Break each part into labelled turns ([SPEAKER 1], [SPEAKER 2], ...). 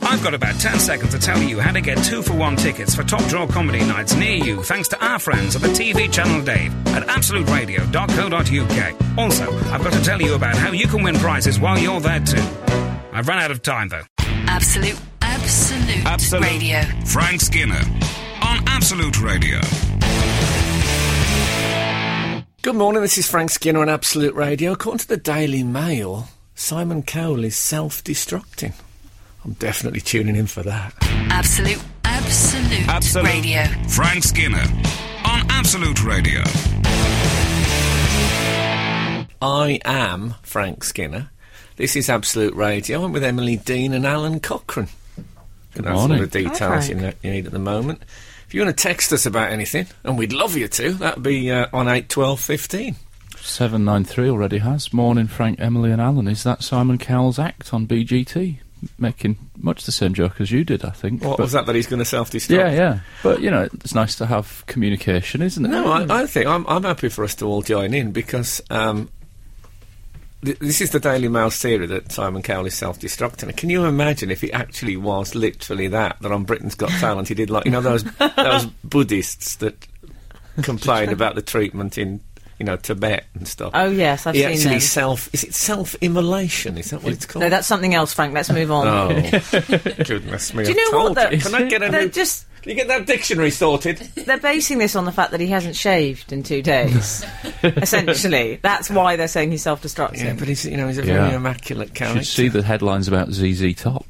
[SPEAKER 1] I've got about 10 seconds to tell you how to get two for one tickets for top draw comedy nights near you thanks to our friends at the TV channel Dave at absoluteradio.co.uk. Also, I've got to tell you about how you can win prizes while you're there too. I've run out of time though.
[SPEAKER 2] Absolute, absolute,
[SPEAKER 1] Absolute.
[SPEAKER 2] radio.
[SPEAKER 1] Frank Skinner on Absolute Radio.
[SPEAKER 3] Good morning, this is Frank Skinner on Absolute Radio. According to the Daily Mail, Simon Cowell is self destructing. I'm definitely tuning in for that.
[SPEAKER 2] Absolute, absolute,
[SPEAKER 3] Absolute.
[SPEAKER 2] radio.
[SPEAKER 1] Frank Skinner on Absolute Radio.
[SPEAKER 3] I am Frank Skinner. This is Absolute Radio. I'm with Emily Dean and Alan Cochrane. Good
[SPEAKER 4] morning.
[SPEAKER 3] All the details you, know, you need at the moment. If you want to text us about anything, and we'd love you to, that'd be uh, on eight twelve fifteen.
[SPEAKER 4] 793 already has. Morning, Frank, Emily, and Alan. Is that Simon Cowell's act on BGT? Making much the same joke as you did, I think.
[SPEAKER 3] What
[SPEAKER 4] but-
[SPEAKER 3] was that that he's going to self destruct?
[SPEAKER 4] Yeah, yeah. But, you know, it's nice to have communication, isn't it?
[SPEAKER 3] No,
[SPEAKER 5] Mm.
[SPEAKER 3] I, I think I'm, I'm happy for us to all join in because um, th- this is the Daily Mail's theory that Simon Cowell is self-destructing. Can you imagine if it actually was literally that? That on Britain's Got Talent, he did like you know those those Buddhists that complain about the treatment in you know Tibet and stuff.
[SPEAKER 5] Oh, yes, I've
[SPEAKER 3] he
[SPEAKER 5] seen
[SPEAKER 3] actually
[SPEAKER 5] them.
[SPEAKER 3] self is it self-immolation? Is that what it's called?
[SPEAKER 5] No, that's something else, Frank. Let's move on.
[SPEAKER 3] Oh, goodness me!
[SPEAKER 5] Do you
[SPEAKER 3] I
[SPEAKER 5] know what,
[SPEAKER 3] told
[SPEAKER 5] though?
[SPEAKER 3] Can I get a
[SPEAKER 5] They're
[SPEAKER 3] new-
[SPEAKER 5] just
[SPEAKER 3] Can you get that dictionary sorted?
[SPEAKER 5] they're basing this on the fact that he hasn't shaved in two days. Essentially, that's why they're saying he's self-destructing.
[SPEAKER 3] Yeah, but he's you know he's a
[SPEAKER 4] Yeah.
[SPEAKER 3] very immaculate character.
[SPEAKER 4] should see the headlines about ZZ Top.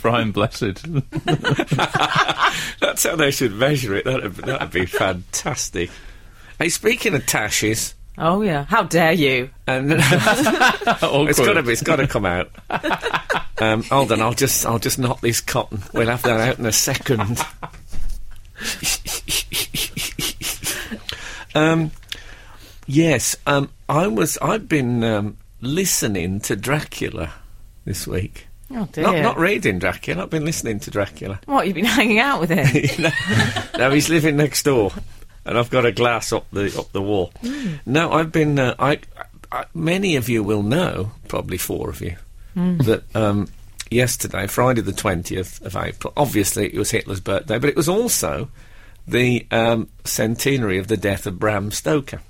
[SPEAKER 4] Brian Blessed.
[SPEAKER 3] That's how they should measure it. That'd, that'd be fantastic. Hey, speaking of tashes,
[SPEAKER 5] Oh yeah, how dare you?
[SPEAKER 3] and it's got to be, it's got to come out. Um, hold on, I'll just, I'll just knot this cotton. We'll have that out in a second. um, yes, um, I was, I've been um, listening to Dracula this week.
[SPEAKER 5] Oh dear.
[SPEAKER 3] Not, not reading Dracula. I've been listening to Dracula.
[SPEAKER 5] what you've been hanging out with him?
[SPEAKER 3] no, no, he's living next door, and I've got a glass up the up the wall. No, I've been. Uh, I, I many of you will know, probably four of you, that um, yesterday, Friday the twentieth of April. Obviously, it was Hitler's birthday, but it was also the um, centenary of the death of Bram Stoker.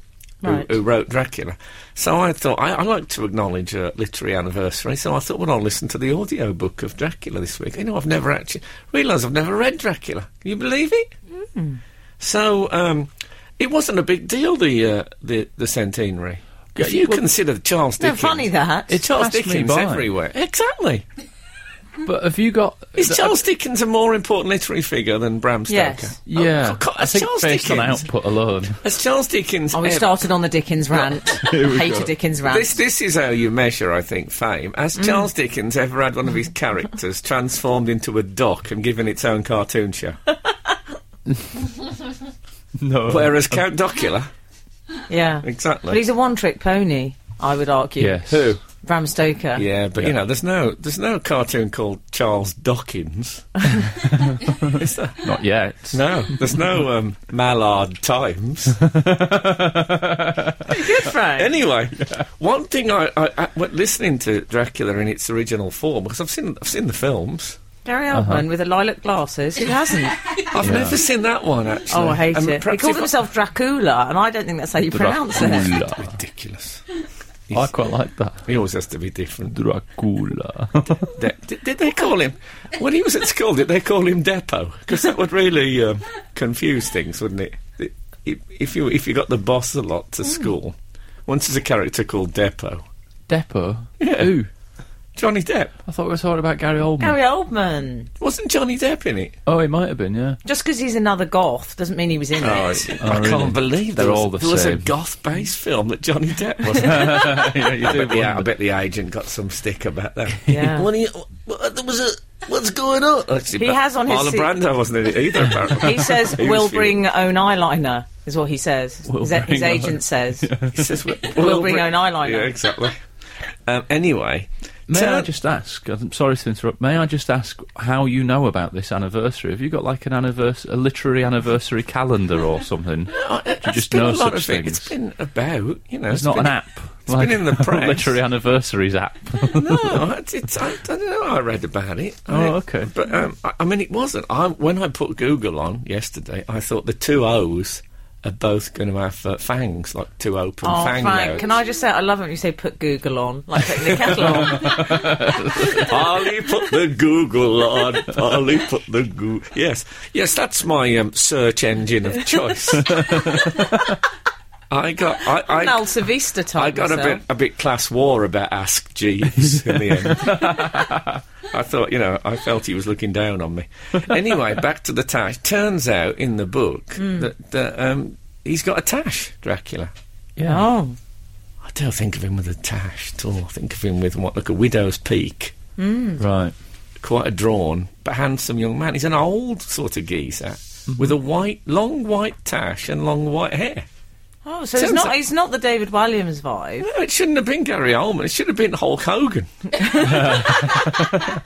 [SPEAKER 5] Right.
[SPEAKER 3] Who, who wrote Dracula? So I thought I, I like to acknowledge a literary anniversary. So I thought, well, I'll listen to the audio book of Dracula this week. You know, I've never actually realised I've never read Dracula. Can you believe it? So um, it wasn't a big deal the uh, the, the centenary. If you consider Charles
[SPEAKER 5] No,
[SPEAKER 3] Dickens,
[SPEAKER 5] funny that.
[SPEAKER 3] It's Charles
[SPEAKER 4] Passed me
[SPEAKER 3] Dickens
[SPEAKER 4] by.
[SPEAKER 3] everywhere. Exactly.
[SPEAKER 4] But have you got.
[SPEAKER 3] Is Charles Dickens a more important literary figure than Bram Stoker?
[SPEAKER 5] Yes.
[SPEAKER 4] Yeah.
[SPEAKER 3] Oh, God,
[SPEAKER 4] I
[SPEAKER 3] has
[SPEAKER 4] think
[SPEAKER 3] Charles
[SPEAKER 4] based on
[SPEAKER 3] Dickens-
[SPEAKER 4] output alone.
[SPEAKER 3] Has Charles Dickens?
[SPEAKER 5] Oh, we
[SPEAKER 3] ever-
[SPEAKER 5] started on the Dickens rant. Hate a Dickens rant.
[SPEAKER 3] This this is how you measure, I think, fame. Has
[SPEAKER 4] Mm.
[SPEAKER 3] Charles Dickens ever had one of his characters transformed into a dock and given its own cartoon show?
[SPEAKER 4] No.
[SPEAKER 3] Whereas Count Docula,
[SPEAKER 5] yeah,
[SPEAKER 3] exactly.
[SPEAKER 5] But he's a one-trick pony, I would argue.
[SPEAKER 4] Yes.
[SPEAKER 3] Who?
[SPEAKER 5] Bram Stoker.
[SPEAKER 3] Yeah, but you know, there's no there's no cartoon called Charles Dawkins. Is there?
[SPEAKER 4] Not yet.
[SPEAKER 3] No, there's no um, Mallard Times.
[SPEAKER 5] Good Frank.
[SPEAKER 3] anyway, one thing I, I, I well, listening to Dracula in its original form because I've seen I've seen the films.
[SPEAKER 5] Gary
[SPEAKER 3] Uh-huh.
[SPEAKER 5] Oldman with the lilac glasses. Who hasn't?
[SPEAKER 3] I've never seen that one actually.
[SPEAKER 5] oh, I hate
[SPEAKER 3] And
[SPEAKER 5] it. He
[SPEAKER 3] perhaps
[SPEAKER 5] called
[SPEAKER 3] if I-
[SPEAKER 5] himself Dracula, and I don't think that's how you pronounce it.
[SPEAKER 4] Dracula.
[SPEAKER 3] ridiculous.
[SPEAKER 4] I quite like that.
[SPEAKER 3] He always has to be different.
[SPEAKER 4] Dracula.
[SPEAKER 3] De- did, did they call him when he was at school? Did they call him Depot? Because that would really um, confuse things, wouldn't it? The- If, if you if you got the boss a lot to school, once there's a character called Depot,
[SPEAKER 4] Depot?
[SPEAKER 3] Yeah.
[SPEAKER 4] Who?
[SPEAKER 3] Johnny Depp
[SPEAKER 4] I thought we were talking about Gary Oldman.
[SPEAKER 5] Gary Oldman.
[SPEAKER 3] wasn't Johnny Depp in it?
[SPEAKER 4] Oh, it might have been, yeah.
[SPEAKER 5] Just because he's another goth doesn't mean he was in
[SPEAKER 3] I,
[SPEAKER 5] it.
[SPEAKER 3] I
[SPEAKER 4] Oh, really?
[SPEAKER 3] can't believe there
[SPEAKER 4] They're
[SPEAKER 3] was,
[SPEAKER 4] all the
[SPEAKER 3] there was a
[SPEAKER 4] same.
[SPEAKER 3] goth-based film that Johnny Depp was. in.
[SPEAKER 4] yeah you
[SPEAKER 3] I, bet the, I
[SPEAKER 4] wonder.
[SPEAKER 3] bet the agent got some stick about that.
[SPEAKER 5] Yeah.
[SPEAKER 3] What are you, what, there was a, what's going on? Actually,
[SPEAKER 5] He has on his
[SPEAKER 3] Marlon
[SPEAKER 5] se-
[SPEAKER 3] Brando wasn't in it either. Apparently.
[SPEAKER 5] He says,
[SPEAKER 3] He was
[SPEAKER 5] we'll
[SPEAKER 3] fuming.
[SPEAKER 5] bring own eyeliner, is what he says.
[SPEAKER 4] We'll
[SPEAKER 5] his, his
[SPEAKER 4] bring
[SPEAKER 5] agent
[SPEAKER 4] own-
[SPEAKER 5] says.
[SPEAKER 3] He says, we'll,
[SPEAKER 5] We'll bring own eyeliner.
[SPEAKER 3] Yeah, exactly. Um, anyway,
[SPEAKER 4] May I
[SPEAKER 3] turn-
[SPEAKER 4] just ask? I'm sorry to interrupt. May I just ask how you know about this anniversary? Have you got like an annivers- a literary anniversary calendar or something?
[SPEAKER 3] I- I-
[SPEAKER 4] you just
[SPEAKER 3] been a
[SPEAKER 4] know
[SPEAKER 3] lot
[SPEAKER 4] such
[SPEAKER 3] of it.
[SPEAKER 4] things?
[SPEAKER 3] It's been about, you know.
[SPEAKER 4] It's not
[SPEAKER 3] been-
[SPEAKER 4] an app. like
[SPEAKER 3] been in the press.
[SPEAKER 4] literary anniversaries app.
[SPEAKER 3] no, it's, it's, I, I don't know. how I read about it. I-
[SPEAKER 4] Oh, okay.
[SPEAKER 3] But um, I, I mean, it wasn't. I, when I put Google on yesterday, I thought the two O's are both going to have uh, fangs, like two open
[SPEAKER 5] Oh,
[SPEAKER 3] fang
[SPEAKER 5] Frank,
[SPEAKER 3] nodes.
[SPEAKER 5] can I just say I love it when you say put Google on, like putting the kettle on.
[SPEAKER 3] Polly put the Google on. Polly put the Google. Yes, yes, that's my um, search engine of choice. I got. I, I,
[SPEAKER 5] Alta Vista time.
[SPEAKER 3] I got a bit a bit class war about Ask Jeeves in the end. I thought, you know, I felt he was looking down on me. Anyway, back to the tash. Turns out in the book that, that um, he's got a tash, Dracula.
[SPEAKER 4] yeah.
[SPEAKER 5] Oh,
[SPEAKER 3] I don't think of him with a tash at all. I think of him with what, like a widow's peak.
[SPEAKER 4] Right.
[SPEAKER 3] Quite a drawn, but handsome young man. He's an old sort of geezer with a white, long white tash and long white hair.
[SPEAKER 5] oh, so it's
[SPEAKER 3] Sounds
[SPEAKER 5] not
[SPEAKER 3] like-
[SPEAKER 5] it's not the David Williams vibe.
[SPEAKER 3] No, it shouldn't have been Gary Oldman. It should have been Hulk Hogan.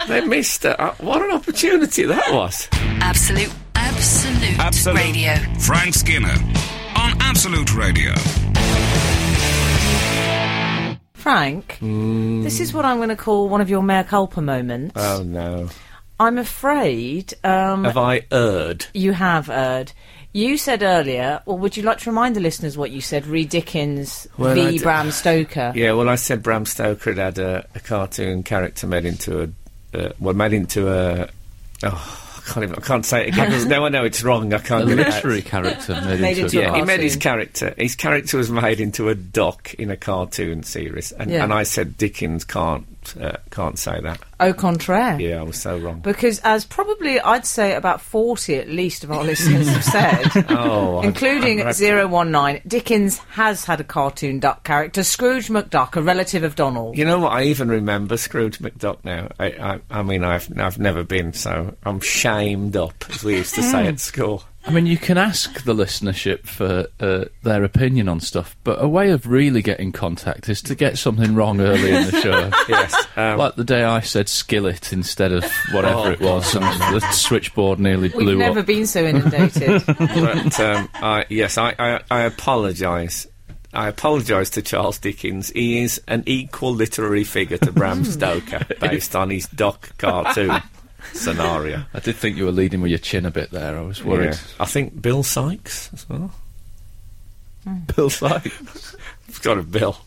[SPEAKER 3] they missed it. Uh, What an opportunity that was.
[SPEAKER 2] Absolute, absolute,
[SPEAKER 1] Absolute.
[SPEAKER 2] radio.
[SPEAKER 1] Frank Skinner on Absolute Radio.
[SPEAKER 5] Frank, this is what I'm going to call one of your mea culpa moments.
[SPEAKER 3] Mm. Oh no.
[SPEAKER 5] I'm afraid um,
[SPEAKER 3] Have I erred?
[SPEAKER 5] you have erred. You said earlier, well, would you like to remind the listeners what you said? Read Dickens
[SPEAKER 3] Well, I
[SPEAKER 5] v.
[SPEAKER 3] d-
[SPEAKER 5] Bram Stoker.
[SPEAKER 3] Yeah. Well, I said Bram Stoker had had a, a cartoon character made into a uh, well made into a. Oh, I can't even. I can't say it again. 'cause now I know it's wrong. I
[SPEAKER 4] A
[SPEAKER 3] can't get it out.
[SPEAKER 4] literary character made,
[SPEAKER 5] Made
[SPEAKER 4] into
[SPEAKER 5] into
[SPEAKER 4] a
[SPEAKER 5] a
[SPEAKER 3] Yeah, he
[SPEAKER 4] card.
[SPEAKER 3] made his
[SPEAKER 5] cartoon.
[SPEAKER 3] character. His character was made into a doc in a cartoon series, and,
[SPEAKER 5] Yeah.
[SPEAKER 3] and I said Dickens can't uh, can't say that.
[SPEAKER 5] Au contraire.
[SPEAKER 3] Yeah, I was so wrong.
[SPEAKER 5] Because as probably I'd say about 40 at least of our listeners have said,
[SPEAKER 3] Oh, I-
[SPEAKER 5] including
[SPEAKER 3] I'm right.
[SPEAKER 5] 019, Dickens has had a cartoon duck character, Scrooge McDuck, a relative of Donald.
[SPEAKER 3] You know what? I even remember Scrooge McDuck now. I, I, I mean, I've I've never been, so I'm shamed up, as we used to say at school.
[SPEAKER 4] I mean, you can ask the listenership for uh, their opinion on stuff, but a way of really getting contact is to get something wrong early in the show.
[SPEAKER 3] Yes. Um,
[SPEAKER 4] Like the day I said skillet instead of whatever
[SPEAKER 3] Oh,
[SPEAKER 4] it was, and the switchboard nearly
[SPEAKER 5] We've
[SPEAKER 4] blew
[SPEAKER 5] never
[SPEAKER 4] up.
[SPEAKER 5] been so inundated.
[SPEAKER 3] but um, I, yes, I I, I apologise. I apologise to Charles Dickens. He is an equal literary figure to Bram Stoker, based on his doc cartoon scenario.
[SPEAKER 4] I did think you were leading with your chin a bit there. I was worried.
[SPEAKER 3] Yeah. I think Bill Sykes as well.
[SPEAKER 5] Hmm.
[SPEAKER 3] Bill Sykes. It's got a bill.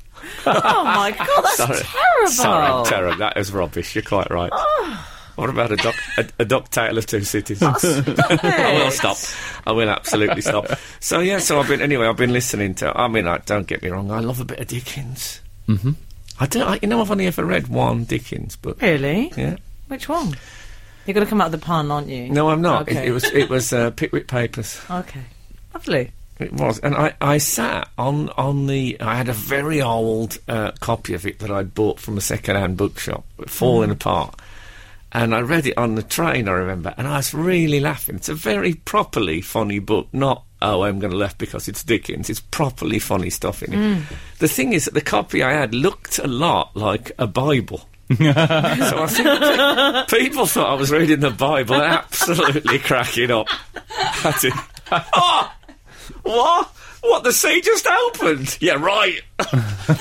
[SPEAKER 5] oh my god, that's
[SPEAKER 3] Sorry.
[SPEAKER 5] terrible. Ah.
[SPEAKER 3] Sorry, Tara, that is rubbish. You're quite right. what about a doc, a, a doc tale of two cities? I will stop. I will absolutely stop. So yeah, so I've been anyway. I've been listening to. I mean, like, don't get me wrong. I love a bit of Dickens. Mm-hmm. I don't. I, you know, I've only ever read one Dickens book.
[SPEAKER 5] Really?
[SPEAKER 3] Yeah.
[SPEAKER 5] Which one? You're going to come out of the pun, aren't you?
[SPEAKER 3] No, I'm not. It-
[SPEAKER 5] Okay.
[SPEAKER 3] It, was. It was uh, Pickwick Papers.
[SPEAKER 5] Okay. Lovely.
[SPEAKER 3] It was, and I, I sat on on the. I had a very old uh, copy of it that I'd bought from a second-hand bookshop, falling apart. And I read it on the train, I remember, and I was really laughing. It's a very properly funny book, not oh I'm going to laugh because it's Dickens. It's properly funny stuff in it. The thing is that the copy I had looked a lot like a Bible. so I think people thought I was reading the Bible, and absolutely cracking up. At it. Oh! What? What? The sea just opened? Yeah, right.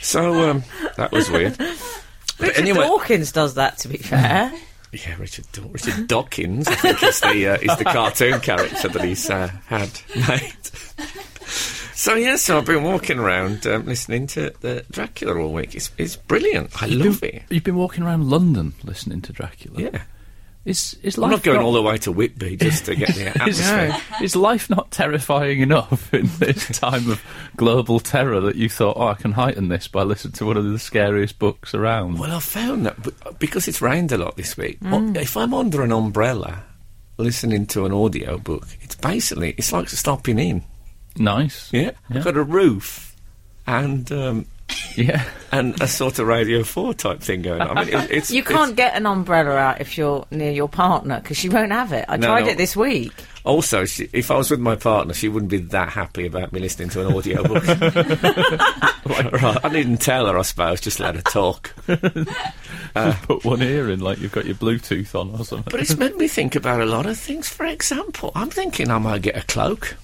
[SPEAKER 3] so um, that was weird. But anyway, Mm.
[SPEAKER 5] Dawkins does that, to be fair.
[SPEAKER 3] yeah, Richard Daw- Richard Dawkins, I think is the uh, is the cartoon character that he's uh, had made. So yeah, so I've been walking around um, listening to the Dracula all week. It's it's brilliant. I love it.
[SPEAKER 4] You've been walking around London listening to Dracula.
[SPEAKER 3] Yeah,
[SPEAKER 4] Is is
[SPEAKER 3] I'm
[SPEAKER 4] life
[SPEAKER 3] not going all the way to Whitby just to get the
[SPEAKER 4] Is,
[SPEAKER 3] atmosphere.
[SPEAKER 4] is life not terrifying enough in this time of global terror that you thought, oh, I can heighten this by listening to one of the scariest books around?
[SPEAKER 3] Well, I found that b- because it's rained a lot this week. well, If I'm under an umbrella listening to an audio book, it's basically it's like stopping in.
[SPEAKER 4] nice.
[SPEAKER 3] Yeah,
[SPEAKER 4] Yeah.
[SPEAKER 3] I've got a roof and um,
[SPEAKER 4] Yeah.
[SPEAKER 3] and a sort of Radio Four type thing going on. I mean, it, it's
[SPEAKER 5] You
[SPEAKER 3] it's-
[SPEAKER 5] can't get an umbrella out if you're near your partner because she won't have it. I
[SPEAKER 3] No,
[SPEAKER 5] tried
[SPEAKER 3] no.
[SPEAKER 5] it this week.
[SPEAKER 3] also, she, if I was with my partner, she wouldn't be that happy about me listening to an audio book. Like, right, I needn't tell her. I suppose just let her talk.
[SPEAKER 4] Put one ear in like you've got your Bluetooth on or something.
[SPEAKER 3] But it's made me think about a lot of things. For example, I'm thinking I might get a cloak.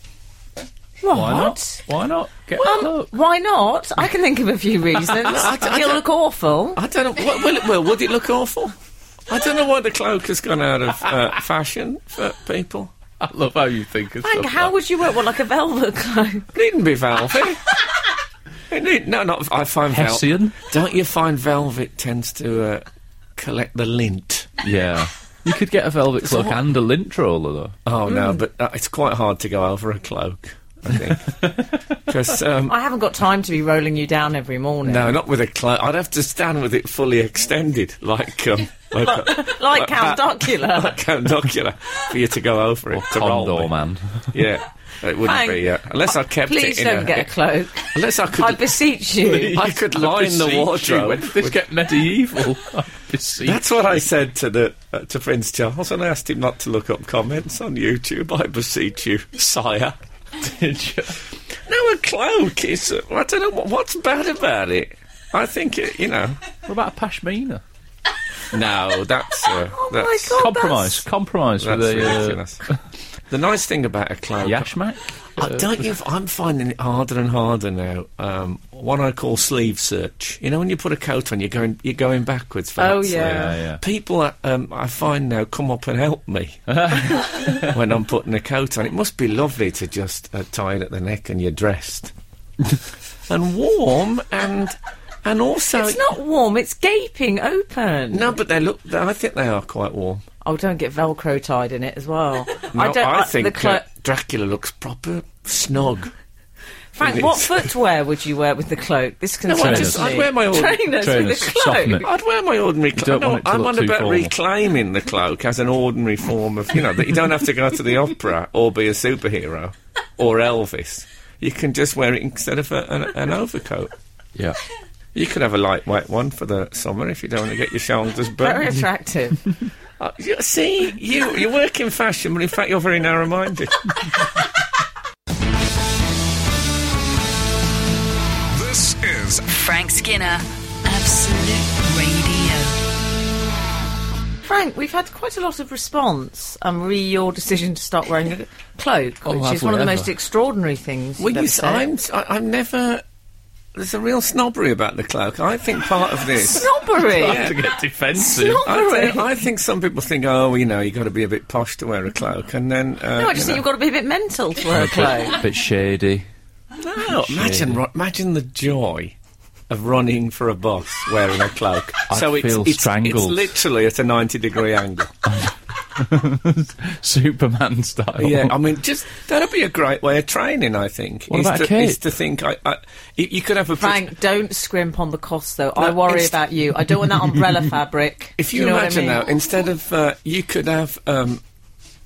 [SPEAKER 5] What?
[SPEAKER 4] Why not? Why not? Get
[SPEAKER 5] Um,
[SPEAKER 4] a look.
[SPEAKER 5] why not? I can think of a few reasons. He'll look awful.
[SPEAKER 3] I don't know. What, will it, well, would it look awful? I don't know why the cloak has gone out of uh, fashion for people.
[SPEAKER 4] I love how you think of
[SPEAKER 5] Frank,
[SPEAKER 4] stuff
[SPEAKER 5] how
[SPEAKER 4] like-
[SPEAKER 5] would you wear well, like a velvet cloak?
[SPEAKER 3] Needn't be velvet. it need, no, not. I find velvet.
[SPEAKER 4] Hessian?
[SPEAKER 3] Don't you find velvet tends to uh, collect the lint?
[SPEAKER 4] Yeah. You could get a velvet cloak
[SPEAKER 3] what-
[SPEAKER 4] and a lint roller, though.
[SPEAKER 3] Oh no,
[SPEAKER 4] Mm.
[SPEAKER 3] but uh, it's quite hard to go over a cloak. I think because um,
[SPEAKER 5] I haven't got time to be rolling you down every morning.
[SPEAKER 3] no, not with a cloak. I'd have to stand with it fully extended, like um, like, a-
[SPEAKER 5] Like Count
[SPEAKER 3] that-
[SPEAKER 5] Docula.
[SPEAKER 3] like a binocular for you to go over it to roll
[SPEAKER 4] Condor
[SPEAKER 3] with.
[SPEAKER 4] man.
[SPEAKER 3] Yeah, it wouldn't
[SPEAKER 5] Frank,
[SPEAKER 3] be. Yeah, unless I kept
[SPEAKER 5] Please
[SPEAKER 3] it. in
[SPEAKER 5] don't
[SPEAKER 3] a,
[SPEAKER 5] get a cloak.
[SPEAKER 3] Unless I could.
[SPEAKER 5] I beseech you.
[SPEAKER 3] I could line the
[SPEAKER 4] beseech you, When
[SPEAKER 3] wardrobe.
[SPEAKER 4] did this get medieval? I beseech
[SPEAKER 3] That's what I said to the uh, to Prince Charles, and I asked him not to look up comments on YouTube. I beseech you, sire.
[SPEAKER 4] you.
[SPEAKER 3] No, a cloak is. uh, I don't know what, what's bad about it. I think it, you know.
[SPEAKER 4] What about a
[SPEAKER 3] Oh,
[SPEAKER 4] pashmina?
[SPEAKER 3] No, that's. Uh, that's,
[SPEAKER 5] God. Oh,
[SPEAKER 4] compromise. Compromise
[SPEAKER 3] That's
[SPEAKER 4] with a uh,
[SPEAKER 3] ridiculous. the nice thing about a cloak,
[SPEAKER 4] yashmak.
[SPEAKER 3] I
[SPEAKER 5] Uh,
[SPEAKER 3] don't you? I'm finding it harder and harder now. Um, what I call sleeve search. You know, when you put a coat on, you're going you're going backwards. For
[SPEAKER 5] Oh,
[SPEAKER 3] that sleeve.
[SPEAKER 5] yeah.
[SPEAKER 4] Yeah, yeah.
[SPEAKER 3] People uh, um, I find now come up and help me when I'm putting a coat on. It must be lovely to just uh, tie it at the neck and you're dressed and warm and and also
[SPEAKER 5] It's not warm, it's gaping open.
[SPEAKER 3] no, but they look. I think they are quite warm.
[SPEAKER 5] Oh, don't get Velcro tied in it as well.
[SPEAKER 3] No, I,
[SPEAKER 5] don't.
[SPEAKER 3] think
[SPEAKER 5] the clo-
[SPEAKER 3] uh, Dracula looks proper snog.
[SPEAKER 5] Frank,
[SPEAKER 3] it
[SPEAKER 5] what
[SPEAKER 3] is.
[SPEAKER 5] footwear would you wear with the cloak? This concerns
[SPEAKER 3] I
[SPEAKER 4] just-
[SPEAKER 5] me.
[SPEAKER 3] I'd wear my old-
[SPEAKER 5] trainers,
[SPEAKER 4] Trainers,
[SPEAKER 5] with a cloak.
[SPEAKER 4] soften it.
[SPEAKER 3] I'd wear my ordinary
[SPEAKER 4] don't
[SPEAKER 3] cloak.
[SPEAKER 4] want it to
[SPEAKER 3] I'm
[SPEAKER 4] look
[SPEAKER 3] on
[SPEAKER 4] too
[SPEAKER 3] about
[SPEAKER 4] formal.
[SPEAKER 3] reclaiming the cloak as an ordinary form of, you know, that you don't have to go to the opera or be a superhero or Elvis. You can just wear it instead of a, an, an overcoat.
[SPEAKER 4] Yeah.
[SPEAKER 3] You could have a lightweight one for the summer if you don't want to get your shoulders
[SPEAKER 5] Very
[SPEAKER 3] burned.
[SPEAKER 5] attractive.
[SPEAKER 3] Uh, you- see, you you work in fashion, but in fact you're very narrow-minded.
[SPEAKER 1] This is
[SPEAKER 2] Frank Skinner. Absolute Radio.
[SPEAKER 5] Frank, we've had quite a lot of response um, re your decision to stop wearing a cloak,
[SPEAKER 4] Oh,
[SPEAKER 5] which
[SPEAKER 4] have
[SPEAKER 5] is one of the
[SPEAKER 4] we
[SPEAKER 5] most
[SPEAKER 4] ever.
[SPEAKER 5] extraordinary things.
[SPEAKER 3] Well,
[SPEAKER 5] you've
[SPEAKER 3] you,
[SPEAKER 5] ever
[SPEAKER 3] s-
[SPEAKER 5] said.
[SPEAKER 3] I'm s- I, am never. There's a real snobbery about the cloak. I think part of this.
[SPEAKER 5] snobbery.
[SPEAKER 4] to get defensive.
[SPEAKER 5] Snobbery.
[SPEAKER 3] I, think- I think some people think, oh, you know, you got to be a bit posh to wear a cloak, and then uh,
[SPEAKER 5] No, I just
[SPEAKER 3] you
[SPEAKER 5] think you've got to be a bit mental to wear a cloak.
[SPEAKER 4] bit, bit shady.
[SPEAKER 3] got no. Oh, Imagine, ro- imagine the joy of running for a boss wearing a cloak.
[SPEAKER 4] I'd feel
[SPEAKER 3] it's, it's
[SPEAKER 4] strangled.
[SPEAKER 3] literally at a ninety degree angle.
[SPEAKER 4] Superman style.
[SPEAKER 3] yeah, I mean, just that'd be a great way of training. I think
[SPEAKER 4] What
[SPEAKER 3] is,
[SPEAKER 4] about a
[SPEAKER 3] to,
[SPEAKER 4] cape?
[SPEAKER 3] is to think I, I, you, you could have a
[SPEAKER 5] Frank, don't scrimp on the cost, though. I
[SPEAKER 3] No,
[SPEAKER 5] worry
[SPEAKER 3] it's-
[SPEAKER 5] about you. I don't want that umbrella fabric.
[SPEAKER 3] If
[SPEAKER 5] Do
[SPEAKER 3] you,
[SPEAKER 5] know what I
[SPEAKER 3] imagine
[SPEAKER 5] mean?
[SPEAKER 3] now, instead of uh, you could have um,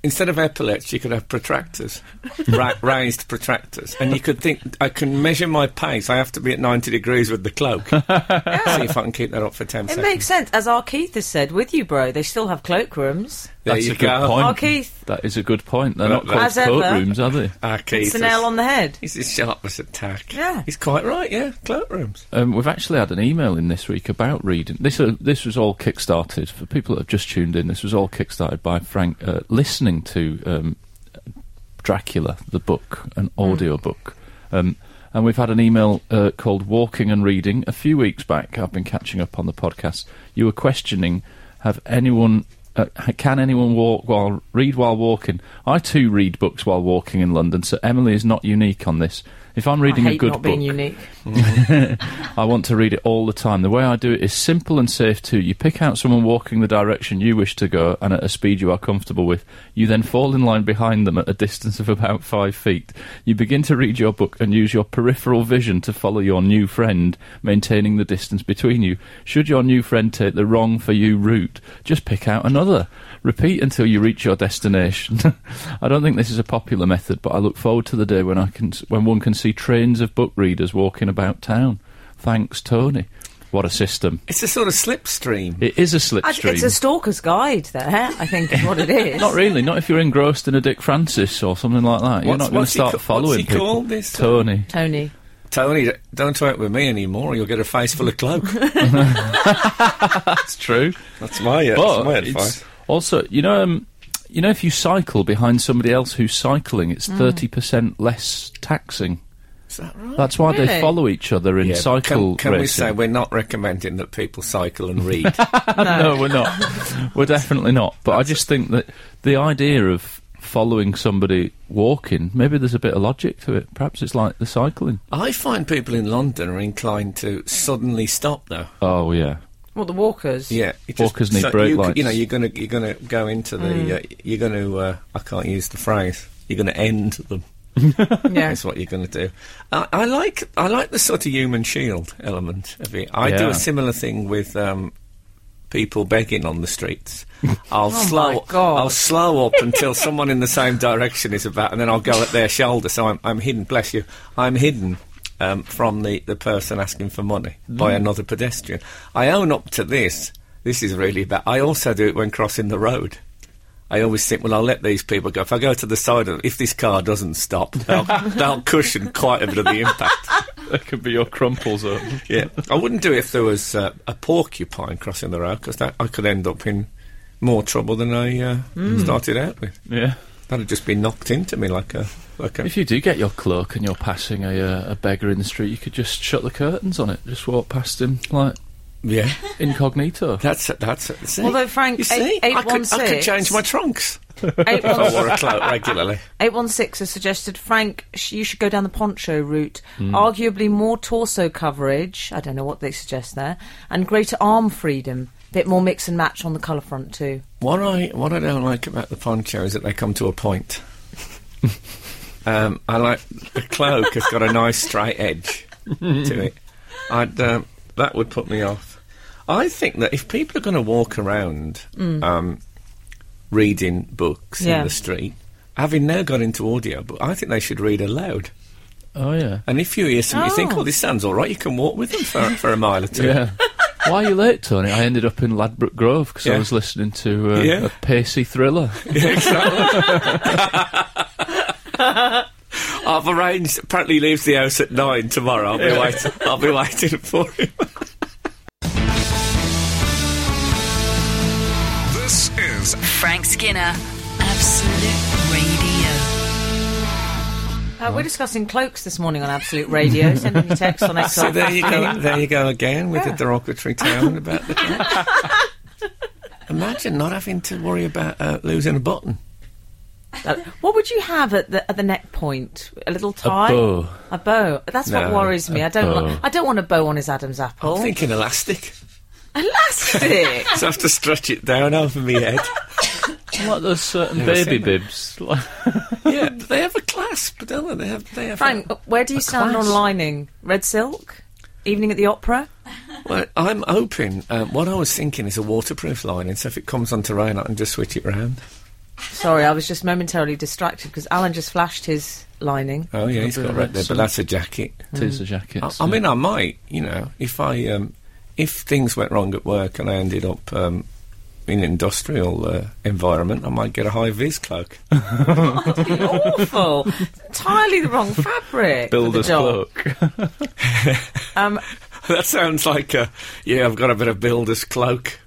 [SPEAKER 3] instead of epaulets, you could have protractors, ra- raised protractors, and you could think I can measure my pace. I have to be at ninety degrees with the cloak. See if I can keep that up for ten
[SPEAKER 5] It
[SPEAKER 3] seconds.
[SPEAKER 5] makes sense. As our Keith has said, with you, bro, they still have cloakrooms.
[SPEAKER 3] there
[SPEAKER 4] That's
[SPEAKER 3] you
[SPEAKER 4] a good
[SPEAKER 3] go.
[SPEAKER 4] point.
[SPEAKER 5] Oh, Keith.
[SPEAKER 4] That is a good point. They're not
[SPEAKER 3] Well,
[SPEAKER 4] called
[SPEAKER 5] as ever.
[SPEAKER 4] courtrooms, are they?
[SPEAKER 3] Ah, Keith
[SPEAKER 5] It's
[SPEAKER 3] is-
[SPEAKER 5] an L on the head.
[SPEAKER 3] He's his sharpest attack.
[SPEAKER 5] Yeah.
[SPEAKER 3] he's quite right. Yeah, cloakrooms.
[SPEAKER 4] Um, we've actually had an email in this week about reading. This uh, this was all kickstarted for people that have just tuned in. This was all kickstarted by Frank uh, listening to um, Dracula the book, an
[SPEAKER 5] Hmm.
[SPEAKER 4] audio book. Um, and we've had an email uh, called "Walking and Reading" a few weeks back. I've been catching up on the podcast. You were questioning, have anyone? Uh, ha- can anyone walk while read while walking? I too read books while walking in London, so Emily is not unique on this. If I'm reading
[SPEAKER 5] I hate
[SPEAKER 4] a good
[SPEAKER 5] not
[SPEAKER 4] book,
[SPEAKER 5] being unique.
[SPEAKER 4] I want to read it all the time. The way I do it is simple and safe too. You pick out someone walking the direction you wish to go and at a speed you are comfortable with. You then fall in line behind them at a distance of about five feet. You begin to read your book and use your peripheral vision to follow your new friend, maintaining the distance between you. Should your new friend take the wrong for you route, just pick out another. Repeat until you reach your destination. I don't think this is a popular method, but I look forward to the day when I can, s- when one can see trains of book readers walking about town. Thanks, Tony. What a system.
[SPEAKER 3] It's a sort of slipstream.
[SPEAKER 4] It is a
[SPEAKER 5] I-
[SPEAKER 4] slipstream.
[SPEAKER 5] It's a stalker's guide, there, I think, is what it is.
[SPEAKER 4] not really, not if you're engrossed in a Dick Francis or something like that. You're
[SPEAKER 3] What's-
[SPEAKER 4] not going to
[SPEAKER 3] what's he
[SPEAKER 4] start
[SPEAKER 3] ca- what's
[SPEAKER 4] following
[SPEAKER 3] he
[SPEAKER 4] people.
[SPEAKER 3] called, this?
[SPEAKER 4] Tony.
[SPEAKER 5] Tony.
[SPEAKER 3] Tony, d- don't try it with me anymore. or You'll get a face full of cloak.
[SPEAKER 4] That's true.
[SPEAKER 3] that's my, uh, that's
[SPEAKER 4] But
[SPEAKER 3] my
[SPEAKER 4] it's
[SPEAKER 3] advice.
[SPEAKER 4] also, you know, um, you know, if you cycle behind somebody else who's cycling, it's thirty percent less taxing.
[SPEAKER 3] Is that right?
[SPEAKER 4] That's why
[SPEAKER 5] Really?
[SPEAKER 4] they follow each other in
[SPEAKER 3] Yeah, but
[SPEAKER 4] cycle
[SPEAKER 3] Can, can we
[SPEAKER 4] racing.
[SPEAKER 3] say we're not recommending that people cycle and read?
[SPEAKER 4] no, we're not. we're definitely not. But I just think that the idea of following somebody walking, maybe there's a bit of logic to it. Perhaps it's like the cycling.
[SPEAKER 3] I find people in London are inclined to suddenly stop though.
[SPEAKER 4] Oh yeah,
[SPEAKER 5] Well, the walkers.
[SPEAKER 3] Yeah, it
[SPEAKER 4] Walkers need brake
[SPEAKER 3] you, c-
[SPEAKER 4] lights.
[SPEAKER 3] You know, you're gonna you're gonna go into the uh, you're gonna uh, I can't use the phrase. You're gonna end them.
[SPEAKER 5] Yeah.
[SPEAKER 3] That's what you're going to do. I, I like I like the sort of human shield element of it. I do
[SPEAKER 4] Yeah.
[SPEAKER 3] a similar thing with um, people begging on the streets. I'll slow
[SPEAKER 5] God.
[SPEAKER 3] I'll slow up until someone in the same direction is about, and then I'll go at their shoulder. So I'm, I'm hidden. Bless you. I'm hidden. Um, from the, the person asking for money by another pedestrian. I own up to this. This is really bad. I also do it when crossing the road. I always think, well, I'll let these people go. If I go to the side of, if this car doesn't stop, they'll, they'll cushion quite a bit of the impact.
[SPEAKER 4] that could be your crumples up.
[SPEAKER 3] Yeah, I wouldn't do it if there was uh, a porcupine crossing the road because I could end up in more trouble than I uh,
[SPEAKER 5] Hmm.
[SPEAKER 3] started out with.
[SPEAKER 4] Yeah.
[SPEAKER 3] That'd just be knocked into me like a like a.
[SPEAKER 4] If you do get your cloak and you're passing a, uh, a beggar in the street, you could just shut the curtains on it, just walk past him like
[SPEAKER 3] yeah,
[SPEAKER 4] incognito.
[SPEAKER 3] that's it, that's it. See?
[SPEAKER 5] Although, Frank,
[SPEAKER 3] you see,
[SPEAKER 5] eight-
[SPEAKER 3] I, could, I could
[SPEAKER 5] 816
[SPEAKER 3] change my trunks. if
[SPEAKER 5] Eight
[SPEAKER 3] I
[SPEAKER 5] one-
[SPEAKER 3] wore a cloak regularly.
[SPEAKER 5] 816 has suggested, Frank, sh- you should go down the poncho route. Arguably more torso coverage, I don't know what they suggest there, and greater arm freedom. Bit more mix and match on the colour front, too.
[SPEAKER 3] What I what I don't like about the poncho is that they come to a point. um, I like the cloak has got a nice straight edge to it. I'd um, that would put me off. I think that if people are going to walk around um, reading books
[SPEAKER 5] Mm. Yeah.
[SPEAKER 3] in the street, having now got into audio, but I think they should read aloud.
[SPEAKER 4] Oh yeah,
[SPEAKER 3] And if you hear something, you think,
[SPEAKER 5] Oh.
[SPEAKER 3] "Oh, this sounds all right." You can walk with them for, for a mile or two.
[SPEAKER 4] yeah. Why are you late, Tony? I ended up in Ladbroke Grove because
[SPEAKER 3] Yeah.
[SPEAKER 4] I was listening to uh,
[SPEAKER 3] Yeah.
[SPEAKER 4] a pacey thriller.
[SPEAKER 3] I've arranged. Apparently, he leaves the house at nine tomorrow. I'll be waiting. I'll be waiting for him.
[SPEAKER 1] This is
[SPEAKER 2] Frank Skinner, Absolute Radio.
[SPEAKER 5] Uh, we're discussing cloaks this morning on Absolute Radio. Send me text on XR.
[SPEAKER 3] So there you go. There you go again with
[SPEAKER 5] Yeah.
[SPEAKER 3] the derogatory tone about the. Imagine not having to worry about uh, losing a button.
[SPEAKER 5] Uh, What would you have at the at the neck point? A little tie,
[SPEAKER 4] bow.
[SPEAKER 5] A bow. That's what
[SPEAKER 3] No,
[SPEAKER 5] worries me. I don't.
[SPEAKER 4] bow.
[SPEAKER 5] Li- I don't want a bow on his Adam's apple.
[SPEAKER 3] I'm thinking elastic.
[SPEAKER 5] Elastic.
[SPEAKER 3] So I have to stretch it down over my head.
[SPEAKER 4] like those certain
[SPEAKER 3] Never
[SPEAKER 4] baby
[SPEAKER 3] seen that.
[SPEAKER 4] bibs.
[SPEAKER 3] Yeah, but they have a clasp, don't they? They have. They have
[SPEAKER 5] Frank, where do you stand
[SPEAKER 4] class.
[SPEAKER 5] on lining? Red silk. Evening at the opera.
[SPEAKER 3] A, well, I'm hoping. Um, what I was thinking is a waterproof lining. So if it comes onto rain, I can just switch it round.
[SPEAKER 5] Sorry, I was just momentarily distracted because Alan just flashed his lining.
[SPEAKER 3] Oh yeah, he's
[SPEAKER 4] bit
[SPEAKER 3] got
[SPEAKER 4] of
[SPEAKER 3] red
[SPEAKER 4] red
[SPEAKER 3] there, but
[SPEAKER 4] sun.
[SPEAKER 3] that's a jacket.
[SPEAKER 4] Teaser jackets.
[SPEAKER 3] I, I
[SPEAKER 4] yeah.
[SPEAKER 3] mean, I might, you know, if I um, if things went wrong at work and I ended up um, in an industrial uh, environment, I might get a high vis cloak.
[SPEAKER 5] Awful. Entirely the wrong fabric. for the
[SPEAKER 4] builder's
[SPEAKER 5] job.
[SPEAKER 4] cloak.
[SPEAKER 5] Um,
[SPEAKER 3] that sounds like a yeah. I've got a bit of builder's cloak.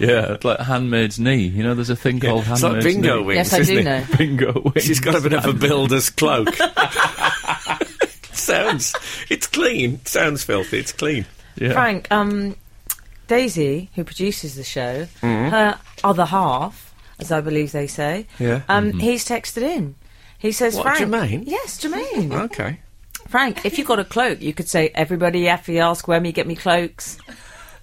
[SPEAKER 4] yeah, like handmaid's knee. You know, there's a thing
[SPEAKER 3] Yeah.
[SPEAKER 4] called
[SPEAKER 3] It's
[SPEAKER 4] handmaid's
[SPEAKER 3] like bingo
[SPEAKER 4] knee.
[SPEAKER 3] wings,
[SPEAKER 5] yes, I
[SPEAKER 3] isn't
[SPEAKER 5] do
[SPEAKER 3] it?
[SPEAKER 5] know.
[SPEAKER 4] Bingo wings.
[SPEAKER 3] She's got a bit of a builder's cloak. sounds. It's clean. Sounds filthy. It's clean.
[SPEAKER 4] Yeah.
[SPEAKER 5] Frank, um, Daisy, who produces the show,
[SPEAKER 4] Mm-hmm.
[SPEAKER 5] her other half, as I believe they say,
[SPEAKER 3] Yeah.
[SPEAKER 5] um,
[SPEAKER 4] Mm-hmm.
[SPEAKER 5] he's texted in. He says,
[SPEAKER 3] What,
[SPEAKER 5] Frank.
[SPEAKER 3] Jermaine?
[SPEAKER 5] Yes,
[SPEAKER 4] Oh.
[SPEAKER 5] Jermaine.
[SPEAKER 3] Okay.
[SPEAKER 5] Frank, if you got a cloak, you could say, everybody effie ask where me get me cloaks.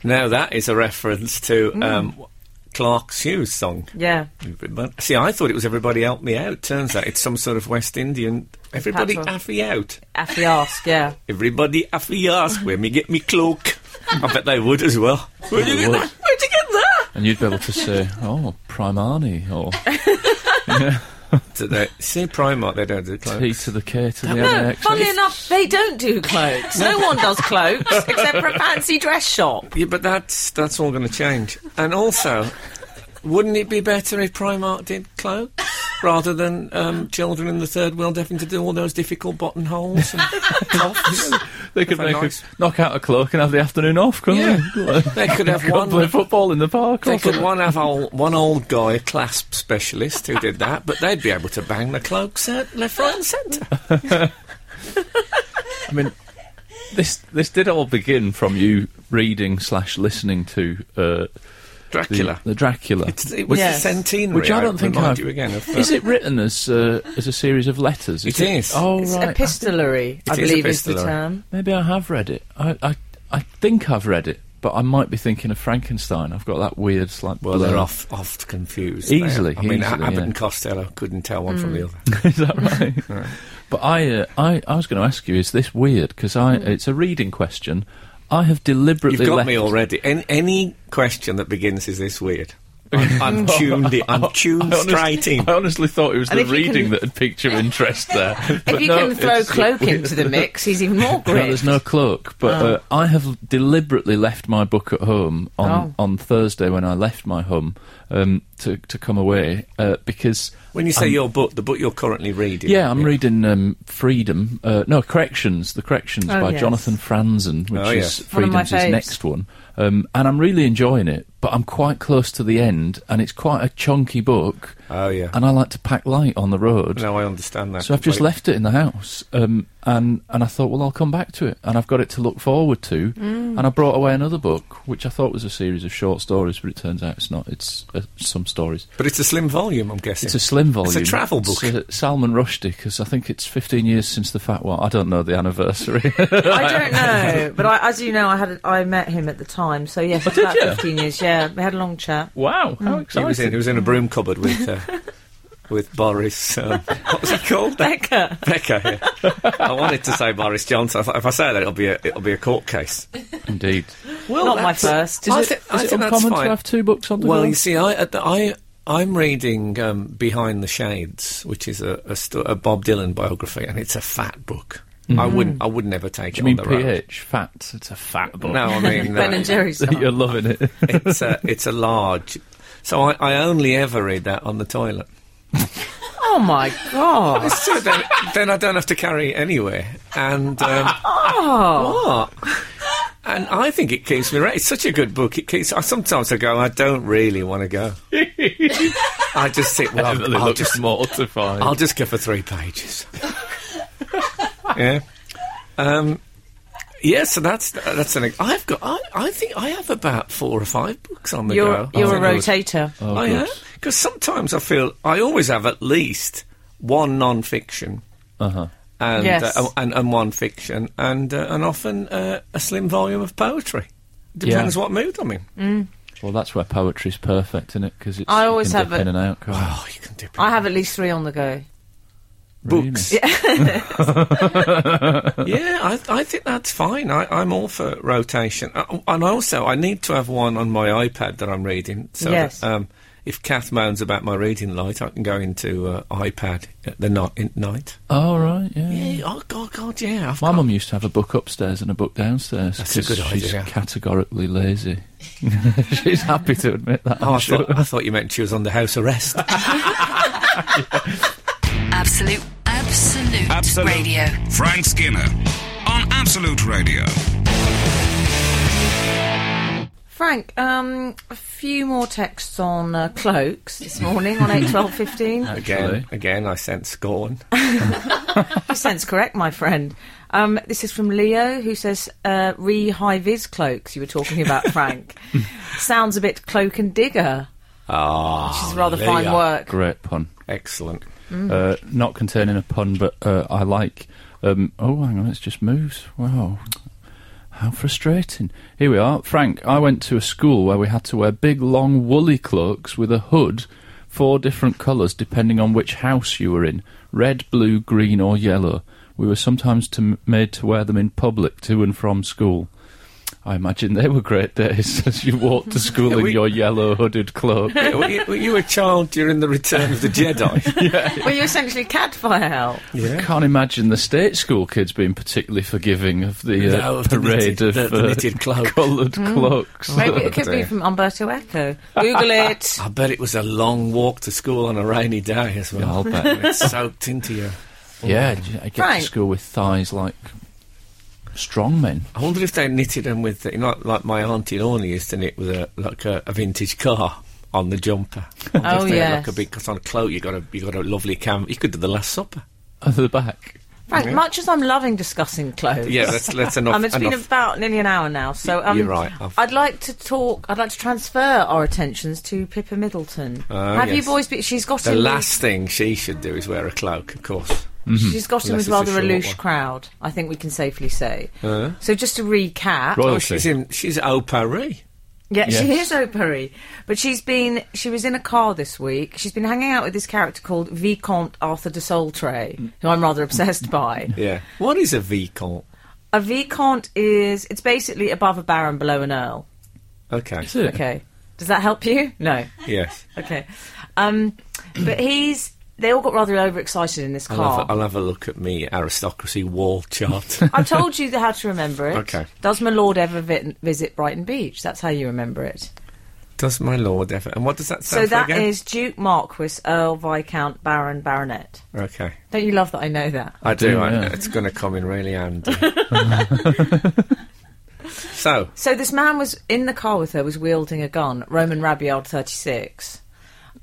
[SPEAKER 3] Now that is a reference to um, Clark Hughes' song.
[SPEAKER 5] Yeah.
[SPEAKER 3] Everybody- See, I thought it was everybody help me out. Turns out it's some sort of West Indian. Everybody
[SPEAKER 5] Patrol.
[SPEAKER 3] affy out.
[SPEAKER 5] Effie ask, yeah.
[SPEAKER 3] Everybody affy ask where me get me cloak. I bet they would as well. Where'd you get
[SPEAKER 4] would.
[SPEAKER 3] that? Where'd you get that?
[SPEAKER 4] And you'd be able to say, oh, Primani, or
[SPEAKER 3] So they, see Primark, they don't do
[SPEAKER 4] P
[SPEAKER 3] clothes.
[SPEAKER 4] to the K to the
[SPEAKER 5] No,
[SPEAKER 4] NX.
[SPEAKER 5] funnily enough, they don't do cloaks. No one does cloaks except for a fancy dress shop.
[SPEAKER 3] Yeah, but that's that's all going to change. And also, wouldn't it be better if Primark did cloaks rather than um, children in the third world having to do all those difficult buttonholes and cuffs?
[SPEAKER 4] They could
[SPEAKER 3] Have a
[SPEAKER 4] make
[SPEAKER 3] nice-
[SPEAKER 4] a, knock out a cloak and have the afternoon off, couldn't
[SPEAKER 3] Yeah.
[SPEAKER 4] they?
[SPEAKER 3] They could have
[SPEAKER 4] Go
[SPEAKER 3] one-
[SPEAKER 4] play football in the park.
[SPEAKER 3] They
[SPEAKER 4] or
[SPEAKER 3] could
[SPEAKER 4] something.
[SPEAKER 3] one have old, one old guy clasp specialist who did that, but they'd be able to bang the cloaks at left, right, and centre.
[SPEAKER 4] I mean, this this did all begin from you reading slash listening to uh, the,
[SPEAKER 3] Dracula.
[SPEAKER 4] the Dracula.
[SPEAKER 3] It's- it was
[SPEAKER 5] Yes.
[SPEAKER 3] the centenary.
[SPEAKER 4] which I don't think
[SPEAKER 3] remind
[SPEAKER 4] I've.
[SPEAKER 3] you again of. uh,
[SPEAKER 4] is it written as uh, as a series of letters?
[SPEAKER 3] It is.
[SPEAKER 4] Oh
[SPEAKER 5] It's
[SPEAKER 4] right.
[SPEAKER 5] epistolary, I
[SPEAKER 3] It is
[SPEAKER 5] believe is the
[SPEAKER 3] epistolary.
[SPEAKER 5] term.
[SPEAKER 4] Maybe I have read it. I, I I think I've read it, but I might be thinking of Frankenstein. I've got that weird slight.
[SPEAKER 3] Well, they're
[SPEAKER 4] blur.
[SPEAKER 3] off, off confused.
[SPEAKER 4] Easily,
[SPEAKER 3] They are. I mean,
[SPEAKER 4] easily,
[SPEAKER 3] Abbott
[SPEAKER 4] yeah.
[SPEAKER 3] and Costello couldn't tell one
[SPEAKER 4] Hmm.
[SPEAKER 3] from the other.
[SPEAKER 4] is that right? But I, uh, I, I was going to ask you, is this weird? Because I,
[SPEAKER 5] Hmm.
[SPEAKER 4] it's a reading question. I have deliberately
[SPEAKER 3] You've got
[SPEAKER 4] left
[SPEAKER 3] me already. An any question that begins is this weird? I'm, I'm tuned. in- I'm tuned
[SPEAKER 4] I honest-
[SPEAKER 3] straight in.
[SPEAKER 4] I honestly thought it was
[SPEAKER 5] And
[SPEAKER 4] the
[SPEAKER 5] if you
[SPEAKER 4] reading
[SPEAKER 5] can-
[SPEAKER 4] that had piqued your interest there.
[SPEAKER 5] If you can throw cloak into the mix, he's even more
[SPEAKER 4] No,
[SPEAKER 5] great. Oh.
[SPEAKER 4] there's no cloak, but uh, I have deliberately left my book at home on,
[SPEAKER 5] Oh.
[SPEAKER 4] on Thursday when I left my home um, to to come away uh, because
[SPEAKER 3] When you say your book, the book you're currently reading.
[SPEAKER 4] Yeah, I'm reading um, Freedom. Uh, no, Corrections. The Corrections
[SPEAKER 5] Oh,
[SPEAKER 4] by
[SPEAKER 5] yes.
[SPEAKER 4] Jonathan Franzen, which
[SPEAKER 3] Oh,
[SPEAKER 4] is
[SPEAKER 3] yes.
[SPEAKER 5] One of my
[SPEAKER 4] Freedom's his
[SPEAKER 5] faves.
[SPEAKER 4] next one. Um, and I'm really enjoying it, but I'm quite close to the end, and it's quite a chunky book.
[SPEAKER 3] Oh, yeah.
[SPEAKER 4] And I like to pack light on the road.
[SPEAKER 3] No, I understand that.
[SPEAKER 4] So I've just
[SPEAKER 3] completely.
[SPEAKER 4] left it in the house, um, and and I thought, well, I'll come back to it, and I've got it to look forward to,
[SPEAKER 5] Mm.
[SPEAKER 4] and I brought away another book, which I thought was a series of short stories, but it turns out it's not. It's uh, some stories.
[SPEAKER 3] But it's a slim volume, I'm guessing.
[SPEAKER 4] It's a slim volume.
[SPEAKER 3] It's a travel book.
[SPEAKER 4] It's, uh, Salman Rushdie, because I think it's 15 years since the fat one. I don't know the anniversary.
[SPEAKER 5] I don't know, but I, as you know, I had I met him at the time, so yes, it's
[SPEAKER 4] Oh, did
[SPEAKER 5] about
[SPEAKER 4] you?
[SPEAKER 5] 15 years. Yeah, we had a long chat.
[SPEAKER 4] wow,
[SPEAKER 3] Mm.
[SPEAKER 4] how
[SPEAKER 3] he was in. He
[SPEAKER 4] exciting!
[SPEAKER 3] was in a broom cupboard with. Uh, With Boris, um, what was he called?
[SPEAKER 5] Becca.
[SPEAKER 3] Becca. yeah. I wanted to say Boris Johnson. I thought if I say that, it'll be a, it'll be a court case.
[SPEAKER 4] Indeed.
[SPEAKER 3] Well,
[SPEAKER 5] Not my first.
[SPEAKER 3] I
[SPEAKER 5] Is
[SPEAKER 3] thi-
[SPEAKER 4] Is
[SPEAKER 3] I
[SPEAKER 4] it
[SPEAKER 3] think that's
[SPEAKER 4] uncommon to
[SPEAKER 3] fine.
[SPEAKER 4] have two books on the
[SPEAKER 3] Well,
[SPEAKER 4] go?
[SPEAKER 3] you see, I, at the- I, I'm reading um, Behind the Shades, which is a, a, sto- a Bob Dylan biography, and it's a fat book. I wouldn't, I would never take
[SPEAKER 4] Mm-hmm. Do
[SPEAKER 3] it
[SPEAKER 4] you mean
[SPEAKER 3] on the road.
[SPEAKER 4] PH? Fat. It's a fat book.
[SPEAKER 3] No, I mean
[SPEAKER 5] Ben
[SPEAKER 3] uh,
[SPEAKER 5] and Jerry's.
[SPEAKER 4] You're loving it.
[SPEAKER 3] It's a, it's a large. So I, I only ever read that on the toilet.
[SPEAKER 5] Oh my god!
[SPEAKER 3] So then, then I don't have to carry it anywhere. And um,
[SPEAKER 5] Oh.
[SPEAKER 3] what? And I think it keeps me. Right. It's such a good book. It keeps. I, sometimes I go. I don't really want to go. I just think. Well,
[SPEAKER 4] Emily
[SPEAKER 3] I'll, I'll
[SPEAKER 4] looks
[SPEAKER 3] just
[SPEAKER 4] mortified.
[SPEAKER 3] I'll just go for three pages. yeah. Um, yeah, so that's that's an. I've got. I, I think I have about four or five books on the
[SPEAKER 5] You're
[SPEAKER 3] go.
[SPEAKER 5] you're a
[SPEAKER 3] rotator.
[SPEAKER 5] rotator.
[SPEAKER 4] Oh,
[SPEAKER 3] I
[SPEAKER 4] good.
[SPEAKER 3] am because sometimes I feel I always have at least one non-fiction
[SPEAKER 4] Uh-huh.
[SPEAKER 3] and
[SPEAKER 5] Yes.
[SPEAKER 3] uh, and, and one fiction and uh, and often uh, a slim volume of poetry. Depends
[SPEAKER 4] Yeah.
[SPEAKER 3] what mood I'm in.
[SPEAKER 5] Mm.
[SPEAKER 4] Well, that's where poetry's perfect, isn't it? Because
[SPEAKER 5] I always
[SPEAKER 4] you can dip
[SPEAKER 5] have a-
[SPEAKER 4] in and out. can't you?
[SPEAKER 3] Oh, you can dip.
[SPEAKER 5] I
[SPEAKER 3] in.
[SPEAKER 5] have at least three on the go.
[SPEAKER 3] books. yeah, I, I think that's fine. I, I'm all for rotation, uh, and also I need to have one on my iPad that I'm reading. So
[SPEAKER 5] Yes.
[SPEAKER 3] that, um, if Kath moans about my reading light, I can go into uh, iPad at the night. In, night.
[SPEAKER 4] Oh right, yeah.
[SPEAKER 3] Yeah, oh God, God, yeah. I've
[SPEAKER 4] My
[SPEAKER 3] got-
[SPEAKER 4] mum used to have a book upstairs and a book downstairs.
[SPEAKER 3] That's a
[SPEAKER 4] 'cause
[SPEAKER 3] good
[SPEAKER 4] she's
[SPEAKER 3] idea.
[SPEAKER 4] categorically lazy. she's happy to admit that.
[SPEAKER 3] Oh,
[SPEAKER 4] I'm
[SPEAKER 3] I
[SPEAKER 4] sure.
[SPEAKER 3] thought, I thought you meant she was under house arrest.
[SPEAKER 2] Absolute, absolute,
[SPEAKER 1] Absolute.
[SPEAKER 2] radio.
[SPEAKER 1] Frank Skinner on Absolute Radio.
[SPEAKER 5] Frank, um, a few more texts on uh, cloaks this morning on eight twelve fifteen.
[SPEAKER 3] again,
[SPEAKER 4] Actually.
[SPEAKER 3] again, I sense scorn.
[SPEAKER 5] Your sense correct, my friend. Um, this is from Leo, who says, uh, re high vis cloaks you were talking about, Frank. Sounds a bit cloak and digger,
[SPEAKER 3] Ah,
[SPEAKER 5] which is rather fine work.
[SPEAKER 4] Great pun.
[SPEAKER 3] Excellent.
[SPEAKER 4] Uh, not containing a pun, but uh, I like. Um, oh, hang on, it's just moves. Wow. How frustrating. Here we are. Frank, I went to a school where we had to wear big, long, woolly cloaks with a hood, four different colours depending on which house you were in red, blue, green, or yellow. We were sometimes to, made to wear them in public to and from school. I imagine they were great days as you walked to school in
[SPEAKER 3] we-
[SPEAKER 4] your yellow hooded cloak.
[SPEAKER 3] Yeah, were, you, were you a child during the Return of the Jedi?
[SPEAKER 5] Well, you essentially catfire out.
[SPEAKER 3] yeah.
[SPEAKER 4] Can't imagine the state school kids being particularly forgiving of the uh,
[SPEAKER 3] No, of the
[SPEAKER 4] parade
[SPEAKER 3] knitted-
[SPEAKER 4] of uh,
[SPEAKER 3] the- the knitted cloak.
[SPEAKER 4] coloured cloaks.
[SPEAKER 5] Maybe it
[SPEAKER 3] Oh,
[SPEAKER 5] could be
[SPEAKER 3] dear.
[SPEAKER 5] from Umberto Eco. Google it.
[SPEAKER 3] I bet it was a long walk to school on a rainy day as
[SPEAKER 4] Yeah, I'll
[SPEAKER 3] well.
[SPEAKER 4] bet.
[SPEAKER 3] it's soaked into you.
[SPEAKER 4] yeah, I get
[SPEAKER 5] Right.
[SPEAKER 4] to school with thighs like Strong men.
[SPEAKER 3] I wonder if they knitted them with, you know, like my auntie Lorna used to knit with a like a, a vintage car on the jumper. I wonder
[SPEAKER 5] Oh,
[SPEAKER 3] if they had
[SPEAKER 5] yes.
[SPEAKER 3] like a big because on a cloak you got a you got a lovely cam. You could do the Last Supper.
[SPEAKER 4] At the back.
[SPEAKER 5] Frank, much as I'm loving discussing clothes,
[SPEAKER 3] Yeah, that's that's enough.
[SPEAKER 5] um, it's been
[SPEAKER 3] enough.
[SPEAKER 5] about nearly an hour now, so um,
[SPEAKER 3] You're right, I've-
[SPEAKER 5] I'd like to talk. I'd like to transfer our attentions to Pippa Middleton.
[SPEAKER 3] Oh,
[SPEAKER 5] Have you
[SPEAKER 3] yes.
[SPEAKER 5] boys? Be- she's got
[SPEAKER 3] the
[SPEAKER 5] in with-
[SPEAKER 3] last Mm-hmm. thing she should do is wear a cloak, of course.
[SPEAKER 5] She's got in
[SPEAKER 3] Unless
[SPEAKER 5] with rather
[SPEAKER 3] it's a
[SPEAKER 5] a
[SPEAKER 3] short
[SPEAKER 5] loose
[SPEAKER 3] one. Uh-huh.
[SPEAKER 5] crowd. I think we can safely say. So just to recap,
[SPEAKER 4] Royal
[SPEAKER 3] Oh, she's in. She's au Paris.
[SPEAKER 5] Yeah, she
[SPEAKER 4] Yes.
[SPEAKER 5] is opery, but she's been she was in a car this week. She's been hanging out with this character called Vicomte Arthur de Soltray, who I'm rather obsessed by.
[SPEAKER 3] Yeah. What is a vicomte?
[SPEAKER 5] A vicomte is it's basically above a baron, below an earl.
[SPEAKER 3] Okay.
[SPEAKER 4] Is it?
[SPEAKER 5] Okay, does that help you? No.
[SPEAKER 3] Yes.
[SPEAKER 5] Okay, um, but he's they all got rather overexcited in this
[SPEAKER 3] I'll have,
[SPEAKER 5] car.
[SPEAKER 3] a, I'll have a look at me aristocracy wall chart.
[SPEAKER 5] I've told you the- how to remember it.
[SPEAKER 3] Okay.
[SPEAKER 5] Does my lord ever vi- visit Brighton Beach? That's how you remember it.
[SPEAKER 3] Does my lord ever? And what does that
[SPEAKER 5] So
[SPEAKER 3] sound
[SPEAKER 5] that
[SPEAKER 3] for again?
[SPEAKER 5] is Duke, Marquis, Earl, Viscount, Baron, Baronet.
[SPEAKER 3] Okay.
[SPEAKER 5] Don't you love that I know that?
[SPEAKER 3] I do.
[SPEAKER 4] do,
[SPEAKER 3] I,
[SPEAKER 4] yeah.
[SPEAKER 3] It's going to come in really handy. so,
[SPEAKER 5] So this man was in the car with her, was wielding a gun, Roman Rabiard 36.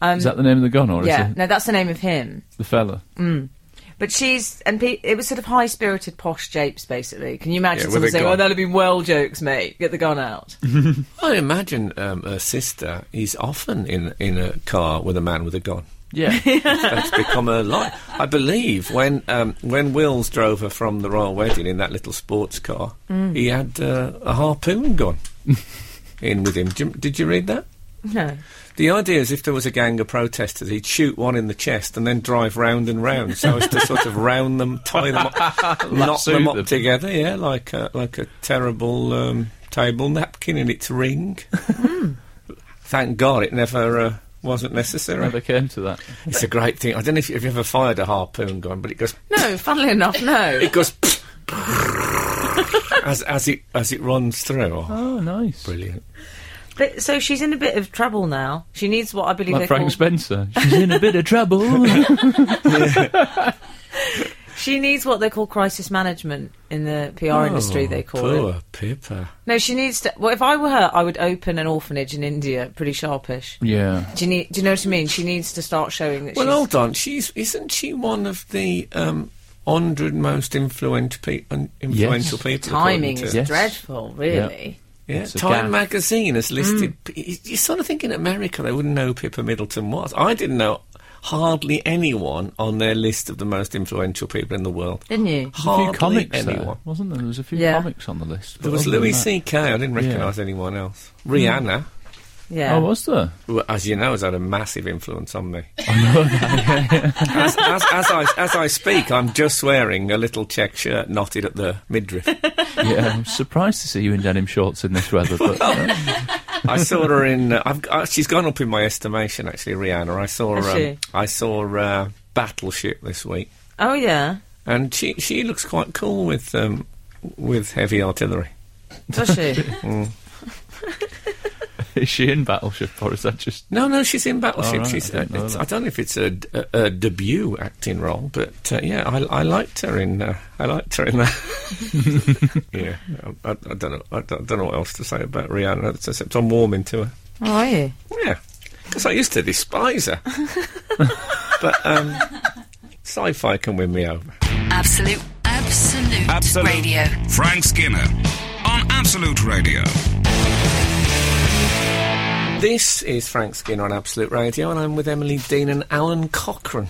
[SPEAKER 4] Is that the name of the gun or
[SPEAKER 5] yeah,
[SPEAKER 4] is it
[SPEAKER 5] no, that's the name of him.
[SPEAKER 4] the fella?
[SPEAKER 5] But she's, and pe- it was sort of high spirited posh japes, basically. Can you imagine
[SPEAKER 3] Yeah, with
[SPEAKER 5] someone
[SPEAKER 3] a
[SPEAKER 5] saying,
[SPEAKER 3] gun.
[SPEAKER 5] oh, that'll be well jokes, mate, get the gun out?
[SPEAKER 3] I imagine um, her sister is often in in a car with a man with a gun.
[SPEAKER 4] Yeah.
[SPEAKER 3] That's become her life. I believe when um, when Wills drove her from the royal wedding in that little sports car, he had uh, a harpoon gun in with him. Did you, did you read that?
[SPEAKER 5] no.
[SPEAKER 3] The idea is if there was a gang of protesters, he'd shoot one in the chest and then drive round and round so as to sort of round them, tie them up, knot
[SPEAKER 4] Lasso
[SPEAKER 3] them up
[SPEAKER 4] them.
[SPEAKER 3] together, yeah, like a, like a terrible um, table napkin in its ring. Thank God it never uh, wasn't necessary.
[SPEAKER 4] Never came to that.
[SPEAKER 3] It's a great thing. I don't know if you've ever fired a harpoon gun, but it goes
[SPEAKER 5] No, funnily enough, no.
[SPEAKER 3] it goes as as it as it runs through. Oh,
[SPEAKER 4] Oh, nice.
[SPEAKER 3] brilliant!
[SPEAKER 5] But, so she's in a bit of trouble now. She needs what I believe
[SPEAKER 4] Like
[SPEAKER 5] they
[SPEAKER 4] Frank
[SPEAKER 5] call-
[SPEAKER 4] Spencer. She's in a bit of trouble.
[SPEAKER 5] She needs what they call crisis management in the PR
[SPEAKER 4] Oh,
[SPEAKER 5] industry, they call it.
[SPEAKER 3] Oh, poor Pippa.
[SPEAKER 5] No, she needs to. Well, if I were her, I would open an orphanage in India, pretty sharpish.
[SPEAKER 4] yeah.
[SPEAKER 5] Do you, need, do you know what I mean? She needs to start showing that
[SPEAKER 3] Well,
[SPEAKER 5] she's.
[SPEAKER 3] hold on. She's isn't she one of the um, hundred most influential, pe- un- influential people? according
[SPEAKER 5] timing
[SPEAKER 3] to-
[SPEAKER 5] is
[SPEAKER 4] Yes.
[SPEAKER 5] dreadful, really.
[SPEAKER 3] Yeah,
[SPEAKER 4] It's a
[SPEAKER 3] Time
[SPEAKER 4] gap.
[SPEAKER 3] magazine has listed.
[SPEAKER 5] Mm.
[SPEAKER 3] p- you- You sort of think in America they wouldn't know who Pippa Middleton was. I didn't know hardly anyone on their list of the most influential people in the world.
[SPEAKER 5] Didn't you?
[SPEAKER 4] There's a
[SPEAKER 3] Hardly
[SPEAKER 4] few comics
[SPEAKER 3] anyone.
[SPEAKER 4] there, wasn't there? There was a few
[SPEAKER 5] Yeah.
[SPEAKER 4] comics on the list. but
[SPEAKER 3] There was
[SPEAKER 4] other than
[SPEAKER 3] Louis
[SPEAKER 4] that-
[SPEAKER 3] C.K. I didn't recognise anyone else. Rihanna,
[SPEAKER 5] Yeah.
[SPEAKER 4] Oh, was there?
[SPEAKER 3] who, as you know, has had a massive influence on me. as, as, as, I, as I speak, I'm just wearing a little check shirt knotted at the midriff.
[SPEAKER 4] Yeah, I'm surprised to see you in denim shorts in this weather. But uh,
[SPEAKER 3] I saw her in. Uh, I've, uh, she's gone up in my estimation, actually, Rihanna. I saw.
[SPEAKER 5] Has she?
[SPEAKER 3] Um, I saw uh, Battleship this week,
[SPEAKER 5] oh, yeah.
[SPEAKER 3] and she she looks quite cool with um, with heavy artillery.
[SPEAKER 5] Does she?
[SPEAKER 4] is she in Battleship or is that just
[SPEAKER 3] No, no, she's in Battleship.
[SPEAKER 4] All Oh, right,
[SPEAKER 3] she's, uh,
[SPEAKER 4] I didn't know
[SPEAKER 3] it's,
[SPEAKER 4] that.
[SPEAKER 3] I don't know if it's a, d- a- a debut acting role, but uh, yeah, I, I liked her in. Uh, I liked her in that. yeah, I, I don't know. I don't, I don't know what else to say about Rihanna except I'm warming to her.
[SPEAKER 5] How are you?
[SPEAKER 3] Yeah, because I used to despise her, but um, sci-fi can win me over.
[SPEAKER 2] Absolute, absolute,
[SPEAKER 1] Absolute.
[SPEAKER 2] radio.
[SPEAKER 1] Frank Skinner on Absolute Radio.
[SPEAKER 3] This is Frank Skinner on Absolute Radio, and I'm with Emily Dean and Alan Cochrane.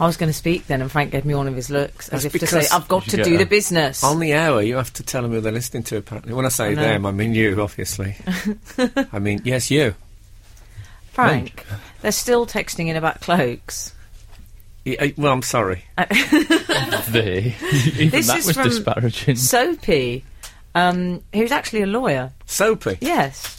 [SPEAKER 5] I was going to speak then, and Frank gave me one of his looks as
[SPEAKER 3] That's
[SPEAKER 5] if to say,
[SPEAKER 3] because-
[SPEAKER 5] I've got
[SPEAKER 4] You
[SPEAKER 5] to
[SPEAKER 4] get
[SPEAKER 5] do
[SPEAKER 4] a-
[SPEAKER 5] the business.
[SPEAKER 3] On the hour, you have to tell them who they're listening to. Apparently, when I say
[SPEAKER 5] know.
[SPEAKER 3] them, I mean you, obviously. I mean yes, you.
[SPEAKER 5] Frank, they're still texting in about cloaks.
[SPEAKER 3] Y- uh, well, I'm sorry.
[SPEAKER 4] they? Even
[SPEAKER 5] This
[SPEAKER 4] that
[SPEAKER 5] is
[SPEAKER 4] was
[SPEAKER 5] from-
[SPEAKER 4] disparaging.
[SPEAKER 5] Soapy, um, who's actually a lawyer.
[SPEAKER 3] Soapy,
[SPEAKER 5] Yes.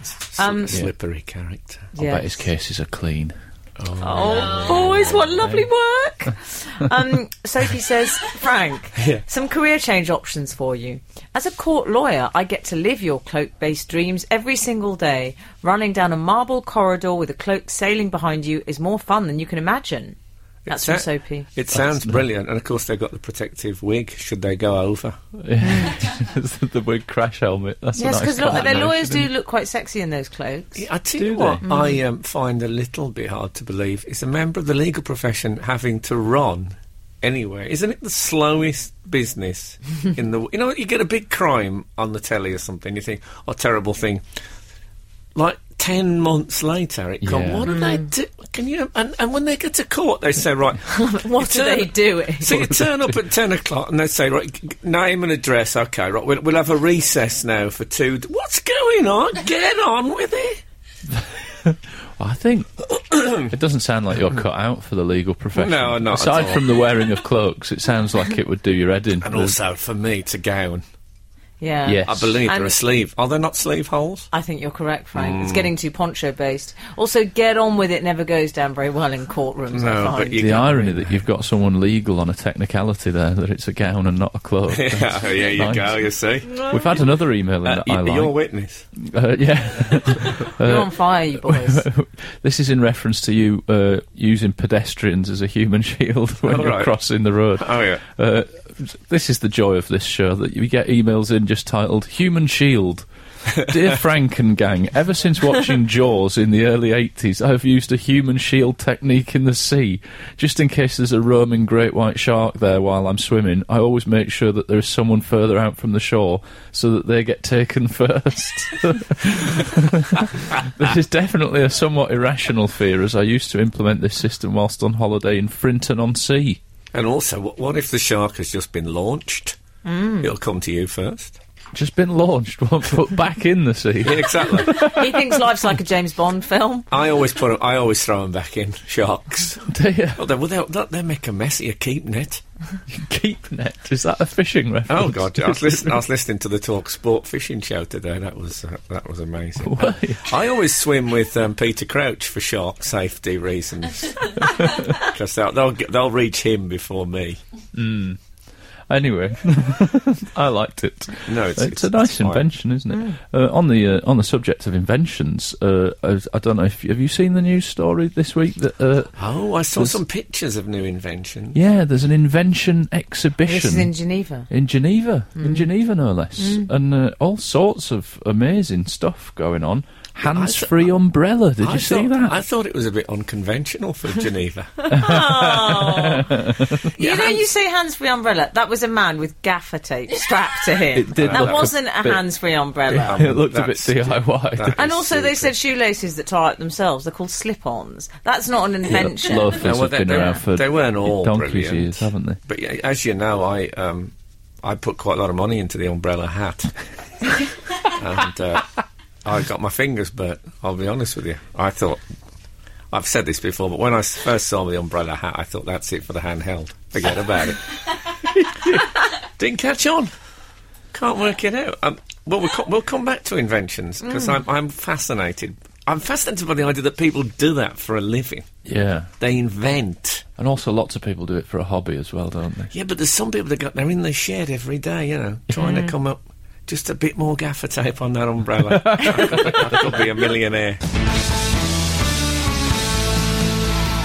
[SPEAKER 3] S-
[SPEAKER 5] Um,
[SPEAKER 3] slippery character.
[SPEAKER 4] I bet his
[SPEAKER 5] yes.
[SPEAKER 4] cases are clean.
[SPEAKER 5] Oh, boys, what lovely work! um, Sophie says, Frank,
[SPEAKER 3] Yeah.
[SPEAKER 5] some career change options for you. As a court lawyer, I get to live your cloak based dreams every single day. Running down a marble corridor with a cloak sailing behind you is more fun than you can imagine. That's
[SPEAKER 3] sou-
[SPEAKER 5] from Soapy.
[SPEAKER 3] It sounds brilliant, and of course they've got the protective wig. Should they go over?
[SPEAKER 4] It's the big crash helmet. That's a
[SPEAKER 5] yes,
[SPEAKER 4] nice
[SPEAKER 5] because look, their
[SPEAKER 4] combination,
[SPEAKER 5] lawyers do
[SPEAKER 4] isn't it?
[SPEAKER 5] look quite sexy in those clothes.
[SPEAKER 3] I tell
[SPEAKER 4] Do Hmm.
[SPEAKER 3] you what, I um, find a little bit hard to believe is a member of the legal profession having to run anywhere. Isn't it the slowest business in the? You know, you get a big crime on the telly or something. You think, oh, terrible thing. Like ten months later, it comes.
[SPEAKER 4] Yeah.
[SPEAKER 3] What do they do? Can you? And, and when they get to court, they say, right,
[SPEAKER 5] What
[SPEAKER 3] you
[SPEAKER 5] are they
[SPEAKER 3] turn-
[SPEAKER 5] doing?
[SPEAKER 3] So you turn up at 10 o'clock and they say, right, g- g- name and address, okay, right, we'll, we'll have a recess now for two. d- What's going on? Get on with it.
[SPEAKER 4] I think it doesn't sound like you're cut out for the legal profession.
[SPEAKER 3] No, not at
[SPEAKER 4] Aside
[SPEAKER 3] all.
[SPEAKER 4] from the wearing of cloaks, it sounds like it would do your head in.
[SPEAKER 3] And
[SPEAKER 4] The-
[SPEAKER 3] also for me to gown.
[SPEAKER 5] yeah.
[SPEAKER 4] Yes.
[SPEAKER 3] I believe
[SPEAKER 5] And-
[SPEAKER 3] they're a sleeve. Are there not sleeve holes?
[SPEAKER 5] I think you're correct, Frank.
[SPEAKER 3] Mm.
[SPEAKER 5] It's getting too poncho based. Also, get on with it never goes down very well in courtrooms.
[SPEAKER 3] No,
[SPEAKER 5] I
[SPEAKER 3] but
[SPEAKER 5] find.
[SPEAKER 3] you-
[SPEAKER 4] the irony that you've got someone legal on a technicality there, that it's a gown and not a cloak.
[SPEAKER 3] Yeah, yeah, you
[SPEAKER 4] nice.
[SPEAKER 3] go, you see.
[SPEAKER 4] We've had another email in
[SPEAKER 3] Uh,
[SPEAKER 4] that I
[SPEAKER 3] y- you're a
[SPEAKER 4] like.
[SPEAKER 3] witness.
[SPEAKER 4] Uh, yeah.
[SPEAKER 5] You're on fire, you boys.
[SPEAKER 4] this is in reference to you uh, using pedestrians as a human shield when
[SPEAKER 3] Oh,
[SPEAKER 4] you're
[SPEAKER 3] right.
[SPEAKER 4] crossing the road.
[SPEAKER 3] Oh, yeah.
[SPEAKER 4] Uh, this is the joy of this show that you get emails in just titled "Human Shield." Dear Frank and gang, ever since watching Jaws in the early 80s, I have used a human shield technique in the sea. Just in case there's a roaming great white shark there while I'm swimming, I always make sure that there is someone further out from the shore so that they get taken first. This is definitely a somewhat irrational fear as I used to implement this system whilst on holiday in Frinton on Sea.
[SPEAKER 3] And also, what, what if the shark has just been launched? It'll come to you first.
[SPEAKER 4] Just been launched, one foot back in the sea.
[SPEAKER 3] Yeah, exactly.
[SPEAKER 5] he thinks life's like a James Bond film.
[SPEAKER 3] I always put 'em- I always throw them back in. Sharks.
[SPEAKER 4] Dear
[SPEAKER 3] Oh, they, well, they'll, they'll- they'll make a mess of your keep net.
[SPEAKER 4] keep net. Is that a fishing reference?
[SPEAKER 3] Oh God! I was, listen, I was listening to the Talk Sport fishing show today. That was uh, that was amazing.
[SPEAKER 4] Why?
[SPEAKER 3] I always swim with um, Peter Crouch for shark safety reasons because they'll, they'll get- they'll reach him before me.
[SPEAKER 4] Anyway, I liked it.
[SPEAKER 3] No, it's-
[SPEAKER 4] it's, a
[SPEAKER 3] it's-
[SPEAKER 4] nice
[SPEAKER 3] it's fine.
[SPEAKER 4] invention, isn't it? Uh, on the uh, on the subject of inventions, uh, I, I don't know if have you seen the news story this week that uh,
[SPEAKER 3] Oh, I saw
[SPEAKER 4] There's-
[SPEAKER 3] some pictures of new inventions.
[SPEAKER 4] yeah, there's an invention
[SPEAKER 5] This
[SPEAKER 4] exhibition
[SPEAKER 5] is in Mm. Geneva.
[SPEAKER 4] in Geneva, in Geneva no less, and uh, all sorts of amazing stuff going on. Hands-free umbrella. Did
[SPEAKER 3] I
[SPEAKER 4] you see
[SPEAKER 3] thought-
[SPEAKER 4] that?
[SPEAKER 3] I thought it was a bit unconventional for Geneva.
[SPEAKER 5] you know, you say hands free umbrella. That was a man with gaffer tape strapped to him.
[SPEAKER 4] It did
[SPEAKER 5] that
[SPEAKER 4] look a
[SPEAKER 5] wasn't a,
[SPEAKER 4] bit-
[SPEAKER 5] hands free umbrella.
[SPEAKER 4] it looked a bit
[SPEAKER 3] Um, That's-
[SPEAKER 4] DIY.
[SPEAKER 3] that
[SPEAKER 5] And
[SPEAKER 3] is
[SPEAKER 5] also, they
[SPEAKER 3] stupid.
[SPEAKER 5] said shoelaces that tie up themselves. They're called slip-ons. That's not an invention.
[SPEAKER 4] Loafers
[SPEAKER 3] No, well,
[SPEAKER 4] have
[SPEAKER 3] they-
[SPEAKER 4] been
[SPEAKER 3] they-
[SPEAKER 4] around for
[SPEAKER 3] they weren't all
[SPEAKER 4] donkey's
[SPEAKER 3] brilliant.
[SPEAKER 4] years, haven't they?
[SPEAKER 3] But yeah, as you know, I um, I put quite a lot of money into the umbrella hat, and uh, I got my fingers burnt. I'll be honest with you. I thought I've said this before, but when I s- first saw the umbrella hat, I thought that's it for the handheld. Forget about it. Didn't catch on. Can't work it out. Um, well, we'll, co- we'll come back to inventions because
[SPEAKER 4] Mm.
[SPEAKER 3] I'm, I'm fascinated. I'm fascinated by the idea that people do that for a living.
[SPEAKER 4] Yeah.
[SPEAKER 3] They invent.
[SPEAKER 4] And also, lots of people do it for a hobby as well, don't they?
[SPEAKER 3] Yeah, but there's some people that got they're in the shed every day, you know, trying
[SPEAKER 5] Mm-hmm.
[SPEAKER 3] to come up just a bit more gaffer tape on that umbrella. I, could be, I could be a millionaire.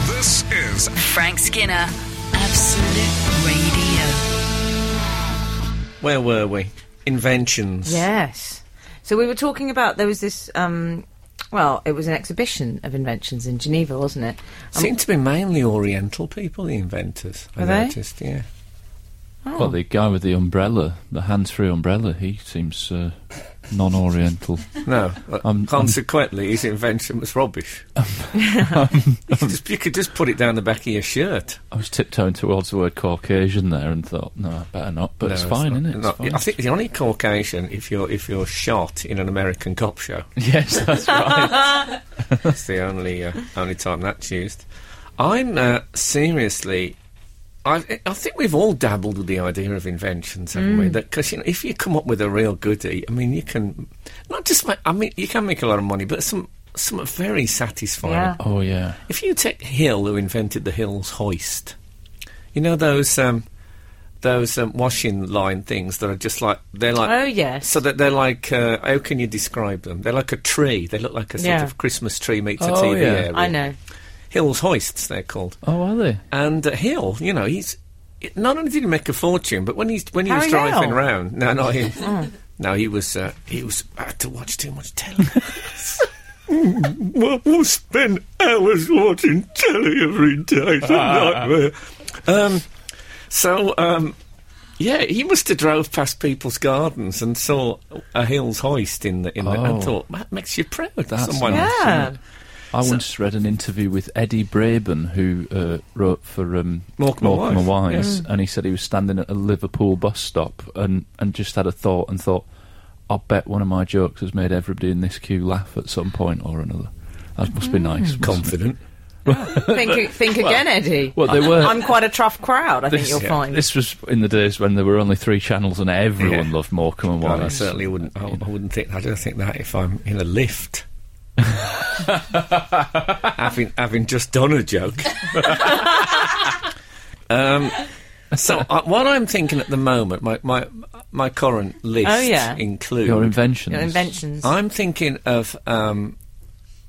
[SPEAKER 1] This is
[SPEAKER 2] Frank Skinner. Absolute Radio.
[SPEAKER 3] Where were we? Inventions.
[SPEAKER 5] Yes. So we were talking about there was this. Um, well, it was an exhibition of inventions in Geneva, wasn't it? Um,
[SPEAKER 3] Seem to be mainly Oriental people, the inventors. I
[SPEAKER 5] Are they?
[SPEAKER 3] noticed, yeah.
[SPEAKER 4] Well, the guy with the umbrella, the hands-free umbrella, he seems uh, non-Oriental.
[SPEAKER 3] No. uh,
[SPEAKER 4] I'm-
[SPEAKER 3] consequently, his invention was rubbish.
[SPEAKER 4] Um,
[SPEAKER 3] you, could just, you could just put it down the back of your shirt.
[SPEAKER 4] I was tiptoeing towards the word Caucasian there and thought, no, I better not. But
[SPEAKER 3] No,
[SPEAKER 4] it's fine,
[SPEAKER 3] not-
[SPEAKER 4] isn't it? It's
[SPEAKER 3] not-
[SPEAKER 4] fine.
[SPEAKER 3] I think the only Caucasian if you're if you're shot in an American cop show.
[SPEAKER 4] yes, that's right.
[SPEAKER 3] It's the only uh, only time that's used. I'm uh, seriously. I, I think we've all dabbled with the idea of inventions, haven't
[SPEAKER 5] Mm.
[SPEAKER 3] we? Because you know, if you come up with a real goodie, I mean, you can not just make. I mean, you can make a lot of money, but some some are very satisfying.
[SPEAKER 5] Yeah.
[SPEAKER 4] oh yeah,
[SPEAKER 3] If you take Hill, who invented the Hill's hoist, you know those um, those um, washing line things that are just like they're like
[SPEAKER 5] Oh, yes.
[SPEAKER 3] so that they're like uh, how can you describe them? They're like a tree. They look like a sort
[SPEAKER 5] Yeah.
[SPEAKER 3] of Christmas tree meets a
[SPEAKER 4] Oh,
[SPEAKER 3] TV
[SPEAKER 4] yeah.
[SPEAKER 3] area.
[SPEAKER 5] I know.
[SPEAKER 3] Hill's Hoists, they're called.
[SPEAKER 4] Oh, are they?
[SPEAKER 3] And uh, Hill, you know, he's it- not only did he make a fortune, but when he's when he was
[SPEAKER 5] Harry
[SPEAKER 3] driving
[SPEAKER 5] Hill?
[SPEAKER 3] round, no, not him. no, he was uh, he was I had to watch too much telly. we'll, we'll spend hours watching telly every day. It's a nightmare. Ah. Um, so, um, yeah, he must have drove past people's gardens and saw a hill's hoist in the in the,
[SPEAKER 4] Oh.
[SPEAKER 3] and thought that makes you proud.
[SPEAKER 4] That's
[SPEAKER 3] Someone, uh,
[SPEAKER 4] nice.
[SPEAKER 5] Yeah.
[SPEAKER 4] I once read an interview with Eddie Braben, who uh, wrote for um,
[SPEAKER 3] Morecambe and
[SPEAKER 4] Morecambe and
[SPEAKER 3] Wise,
[SPEAKER 4] Wise, and he said he was standing at a Liverpool bus stop and, and just had a thought and thought, I bet one of my jokes has made everybody in this queue laugh at some point or another. That must
[SPEAKER 5] Mm.
[SPEAKER 4] be nice. mustn't it?
[SPEAKER 3] confident.
[SPEAKER 5] think think again, Eddie.
[SPEAKER 4] Well, they were.
[SPEAKER 5] I'm quite a tough crowd. I think
[SPEAKER 4] this-
[SPEAKER 5] you'll
[SPEAKER 4] yeah,
[SPEAKER 5] find.
[SPEAKER 4] This was in the days when there were only three channels and everyone
[SPEAKER 3] Yeah.
[SPEAKER 4] loved Morecambe and
[SPEAKER 3] Well, I
[SPEAKER 4] Wise.
[SPEAKER 3] certainly wouldn't. I, I wouldn't think. I don't think that if I'm in a lift, having having just done a joke. um, so uh, what I'm thinking at the moment, my my my current list
[SPEAKER 5] Oh, yeah.
[SPEAKER 3] includes
[SPEAKER 4] Your inventions.
[SPEAKER 5] Your inventions.
[SPEAKER 3] I'm thinking of um,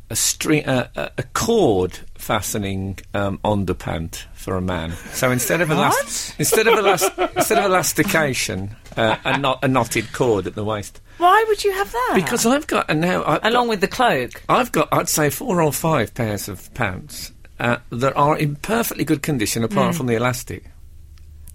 [SPEAKER 3] a string, uh, a a cord fastening um, underpant for a man. So instead of a last, instead of a last, instead of elastication, uh, a, knot, a knotted cord at the waist.
[SPEAKER 5] Why would you have that?
[SPEAKER 3] Because I've got and now I've
[SPEAKER 5] Ah. along
[SPEAKER 3] got,
[SPEAKER 5] with the cloak.
[SPEAKER 3] I've got I'd say four or five pairs of pants uh, that are in perfectly good condition apart
[SPEAKER 5] Mm.
[SPEAKER 3] from the elastic,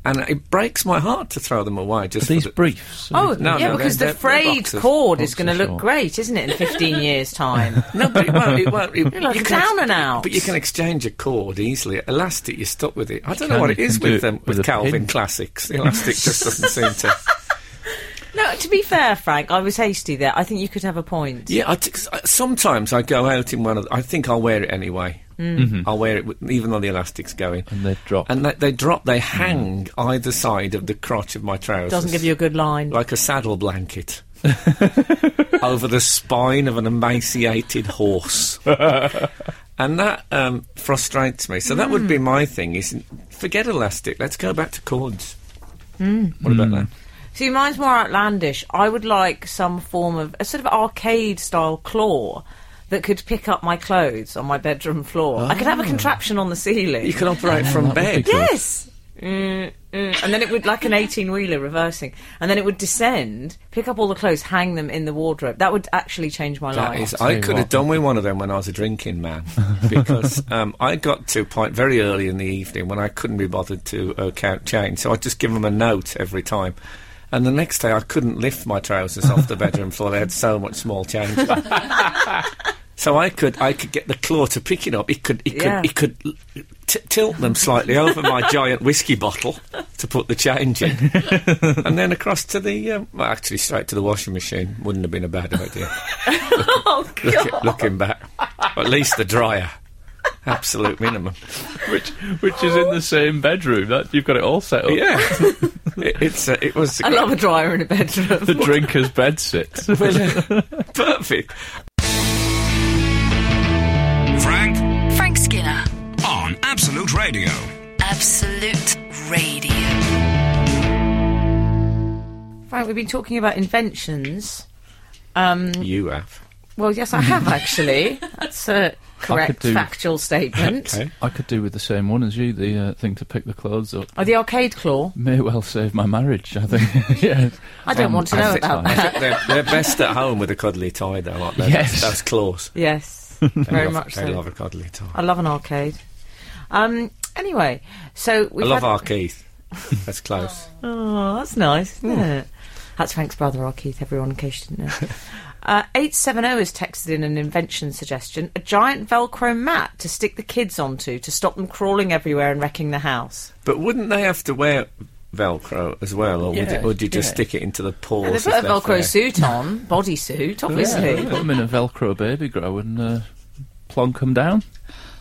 [SPEAKER 3] and it breaks my heart to throw them away.
[SPEAKER 4] Are
[SPEAKER 3] Just for
[SPEAKER 4] these
[SPEAKER 3] the-
[SPEAKER 4] briefs?
[SPEAKER 5] Oh,
[SPEAKER 3] No,
[SPEAKER 5] yeah,
[SPEAKER 3] no,
[SPEAKER 5] because
[SPEAKER 3] they're-
[SPEAKER 5] the
[SPEAKER 3] they're- they're
[SPEAKER 5] frayed
[SPEAKER 3] boxes.
[SPEAKER 5] cord is going to
[SPEAKER 4] Boxes,
[SPEAKER 5] look
[SPEAKER 4] sure.
[SPEAKER 5] great, isn't it, in 15 years' time?
[SPEAKER 3] No, but it won't. It won't. It,
[SPEAKER 5] like
[SPEAKER 3] you
[SPEAKER 5] a
[SPEAKER 3] can ex-
[SPEAKER 5] down and out.
[SPEAKER 3] But you can exchange a cord easily. Elastic, you're stuck with it. I don't know
[SPEAKER 4] can,
[SPEAKER 3] what it
[SPEAKER 4] you
[SPEAKER 3] is
[SPEAKER 4] can do
[SPEAKER 3] with
[SPEAKER 4] it
[SPEAKER 3] them
[SPEAKER 4] with
[SPEAKER 3] with,
[SPEAKER 4] a
[SPEAKER 3] Calvin
[SPEAKER 4] pin.
[SPEAKER 3] classics. The elastic just doesn't seem to.
[SPEAKER 5] No, to be fair, Frank, I was hasty there. I think you could have a point.
[SPEAKER 3] Yeah, I t- 'cause I- sometimes I go out in one of. I think I'll wear it anyway.
[SPEAKER 5] Mm.
[SPEAKER 3] I'll wear it with, even though the elastic's going.
[SPEAKER 4] Mm-hmm. And they drop. Mm.
[SPEAKER 3] And they, they drop. They hang either side of the crotch of my trousers.
[SPEAKER 5] Doesn't give you a good line.
[SPEAKER 3] like a saddle blanket over the spine of an emaciated horse. and that um, frustrates me. So that would
[SPEAKER 4] Hmm.
[SPEAKER 3] be my thing is forget elastic, let's go back to cords.
[SPEAKER 4] Hmm.
[SPEAKER 3] What about that?
[SPEAKER 5] See, mine's more outlandish. I would like some form of a sort of arcade style claw that could pick up my clothes on my bedroom floor. I could have
[SPEAKER 4] Ah.
[SPEAKER 5] a contraption on the ceiling.
[SPEAKER 3] You can operate from
[SPEAKER 4] that would be
[SPEAKER 3] bed.
[SPEAKER 4] good.
[SPEAKER 5] Yes. Mm, mm. And then it would like an eighteen wheeler reversing, and then it would descend, pick up all the clothes, hang them in the wardrobe. That would actually change my
[SPEAKER 3] That
[SPEAKER 5] life.
[SPEAKER 3] is,
[SPEAKER 4] tell
[SPEAKER 3] I
[SPEAKER 4] you
[SPEAKER 3] could have
[SPEAKER 4] what.
[SPEAKER 3] done with one of them when I was a drinking man because um, I got to a point very early in the evening when I couldn't be bothered to uh, count change. So I'd just give them a note every time. And the next day I couldn't lift my trousers off the bedroom floor. They had so much small change. so I could I could get the claw to pick it up. It could it
[SPEAKER 5] Yeah.
[SPEAKER 3] could it could l- t- tilt them slightly over my giant whiskey bottle to put the change in, and then across to the um, well, actually straight to the washing machine. Wouldn't have been a bad idea.
[SPEAKER 5] oh
[SPEAKER 3] Look-
[SPEAKER 5] god!
[SPEAKER 3] looking back. At least the dryer. Absolute minimum.
[SPEAKER 4] which, which is in the same bedroom. That You've got it all set up.
[SPEAKER 3] Yeah. It, it's, uh, it was
[SPEAKER 5] I love a dryer in a bedroom.
[SPEAKER 4] The drinker's bed sits.
[SPEAKER 3] perfect.
[SPEAKER 1] Frank
[SPEAKER 2] Frank Skinner.
[SPEAKER 1] on Absolute Radio.
[SPEAKER 2] Absolute Radio.
[SPEAKER 5] Frank, we've been talking about inventions. Um,
[SPEAKER 3] You have.
[SPEAKER 5] well, yes, I have actually. That's a correct
[SPEAKER 4] do-
[SPEAKER 5] factual statement.
[SPEAKER 3] Okay.
[SPEAKER 4] I could do with the same one as you, the uh, thing to pick the clothes up.
[SPEAKER 5] Oh, the arcade claw.
[SPEAKER 4] May well save my marriage, I think. yeah.
[SPEAKER 5] I
[SPEAKER 3] Um,
[SPEAKER 5] don't want to know about
[SPEAKER 3] I
[SPEAKER 5] that.
[SPEAKER 3] think they're, they're best at home with a cuddly tie, though, aren't they?
[SPEAKER 4] Yes.
[SPEAKER 3] That's, that's claws.
[SPEAKER 5] Yes,
[SPEAKER 3] They
[SPEAKER 5] very
[SPEAKER 3] love-
[SPEAKER 5] much
[SPEAKER 3] They
[SPEAKER 5] so.
[SPEAKER 3] love a cuddly tie.
[SPEAKER 5] I love an arcade. Um, anyway, so we
[SPEAKER 3] I love
[SPEAKER 5] had,
[SPEAKER 3] our Keith. That's close.
[SPEAKER 5] Oh, that's nice, isn't it? That's Frank's brother, our Keith, everyone, in case you didn't know. Uh, 870 has texted in an invention suggestion a giant Velcro mat to stick the kids onto to stop them crawling everywhere and wrecking the house.
[SPEAKER 3] But wouldn't they have to wear Velcro as well, or would,
[SPEAKER 4] Yeah,
[SPEAKER 3] it, would you just
[SPEAKER 4] yeah.
[SPEAKER 3] stick it into the paws?
[SPEAKER 5] And they
[SPEAKER 3] if
[SPEAKER 5] put a
[SPEAKER 3] they're fair?
[SPEAKER 5] Velcro suit on, bodysuit, obviously.
[SPEAKER 4] Put them in a Velcro baby grow and uh, plonk them down.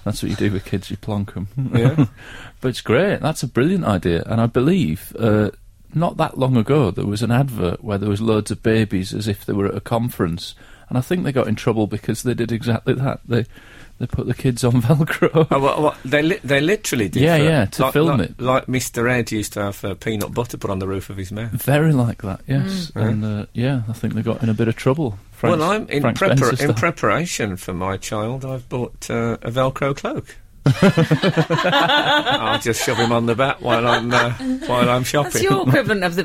[SPEAKER 4] That's what you do with kids, you plonk them.
[SPEAKER 3] Yeah.
[SPEAKER 4] but it's great. That's a brilliant idea. And I believe uh, not that long ago there was an advert where there was loads of babies as if they were at a conference. And I think they got in trouble because they did exactly that. They they put the kids on Velcro.
[SPEAKER 3] Oh, well, well, they li- they literally did.
[SPEAKER 4] Yeah,
[SPEAKER 3] that.
[SPEAKER 4] yeah, to
[SPEAKER 3] like,
[SPEAKER 4] film
[SPEAKER 3] like-
[SPEAKER 4] it.
[SPEAKER 3] Like Mr. Ed used to have uh, peanut butter put on the roof of his mouth.
[SPEAKER 4] Very like that, yes. And uh, yeah, I think they got in a bit of trouble. Frank's-
[SPEAKER 3] well, I'm in,
[SPEAKER 4] Frank
[SPEAKER 3] prepar-
[SPEAKER 4] Spencer
[SPEAKER 3] in
[SPEAKER 4] style.
[SPEAKER 3] preparation for my child. I've bought uh, a Velcro cloak. I'll just shove him on the back while I'm uh, while I'm shopping.
[SPEAKER 5] That's your equivalent of the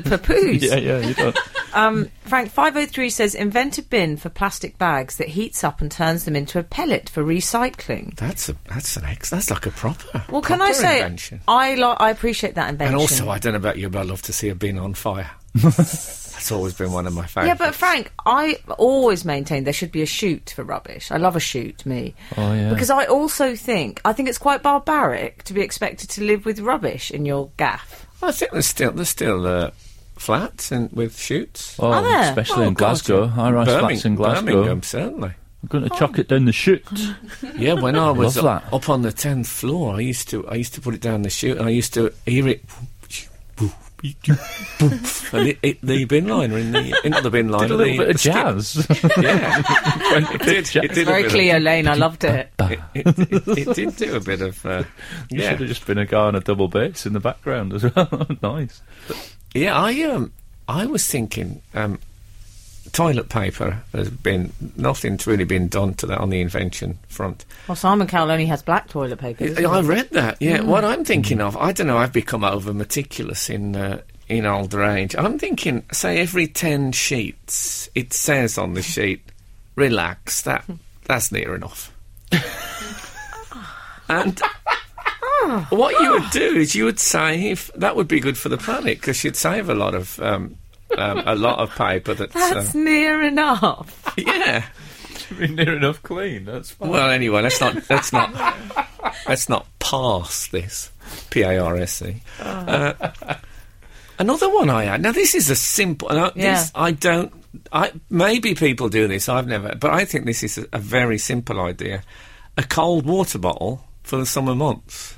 [SPEAKER 5] papoose.
[SPEAKER 4] yeah, yeah, you don't.
[SPEAKER 5] Um, Frank five oh three says invent a bin for plastic bags that heats up and turns them into a pellet for recycling.
[SPEAKER 3] That's a that's an ex. That's like a proper.
[SPEAKER 5] Well, can I
[SPEAKER 3] proper
[SPEAKER 5] say
[SPEAKER 3] invention.
[SPEAKER 5] I li- I appreciate that invention.
[SPEAKER 3] And also, I don't know about you, but I love to see a bin on fire. that's always been one of my
[SPEAKER 5] yeah,
[SPEAKER 3] favourites.
[SPEAKER 5] but Frank, I always maintain there should be a chute for rubbish. I love a chute, me.
[SPEAKER 4] Oh, yeah.
[SPEAKER 5] Because I also think I think it's quite barbaric to be expected to live with rubbish in your gaff.
[SPEAKER 3] I think there's still there's still uh, flats and with shoots.
[SPEAKER 4] Oh,
[SPEAKER 5] Are there?
[SPEAKER 4] especially
[SPEAKER 3] Oh,
[SPEAKER 4] in
[SPEAKER 3] God,
[SPEAKER 4] Glasgow,
[SPEAKER 3] yeah.
[SPEAKER 4] high rise
[SPEAKER 3] Birming-
[SPEAKER 4] flats in Glasgow.
[SPEAKER 3] Birmingham, certainly.
[SPEAKER 4] I'm going to chuck it down the chute.
[SPEAKER 3] Yeah, when I was
[SPEAKER 4] Love
[SPEAKER 3] up,
[SPEAKER 4] that.
[SPEAKER 3] up on the tenth floor, I used to I used to put it down the chute, and I used to hear it, and it, it, the bin liner in the into the bin liner.
[SPEAKER 4] a little
[SPEAKER 3] the-
[SPEAKER 4] bit of
[SPEAKER 3] the skip.
[SPEAKER 4] jazz.
[SPEAKER 3] Yeah, Well, it did. It did a
[SPEAKER 5] Very
[SPEAKER 3] bit
[SPEAKER 5] Cleo Lane, I loved it.
[SPEAKER 3] Of, it, it, it, it did do a bit of. Uh,
[SPEAKER 4] You should
[SPEAKER 3] yeah,
[SPEAKER 4] have just been a guy on a double bass in the background as well. nice.
[SPEAKER 3] yeah. I um, I was thinking um, toilet paper has been nothing's really been done to that on the invention front.
[SPEAKER 5] Well, Simon Cowell only has black toilet paper. doesn't
[SPEAKER 3] I
[SPEAKER 5] he?
[SPEAKER 3] read that. Yeah, what I'm thinking of, I don't know. I've become over meticulous in uh, in older age. I'm thinking, say every ten sheets, it says on the sheet, "Relax." That that's near enough. and what you would do is you would save. That would be good for the planet because you'd save a lot of um, um, a lot of paper. That's,
[SPEAKER 5] That's
[SPEAKER 3] um,
[SPEAKER 5] near enough.
[SPEAKER 3] yeah.
[SPEAKER 4] Near enough clean. That's fine.
[SPEAKER 3] Well, anyway, let's not let's not let's not pass this P A R S E. Uh, Another one I had. Now this is a simple. And I,
[SPEAKER 5] Yeah.
[SPEAKER 3] this, I don't. I maybe people do this. I've never, but I think this is a, a very simple idea. A cold water bottle for the summer months.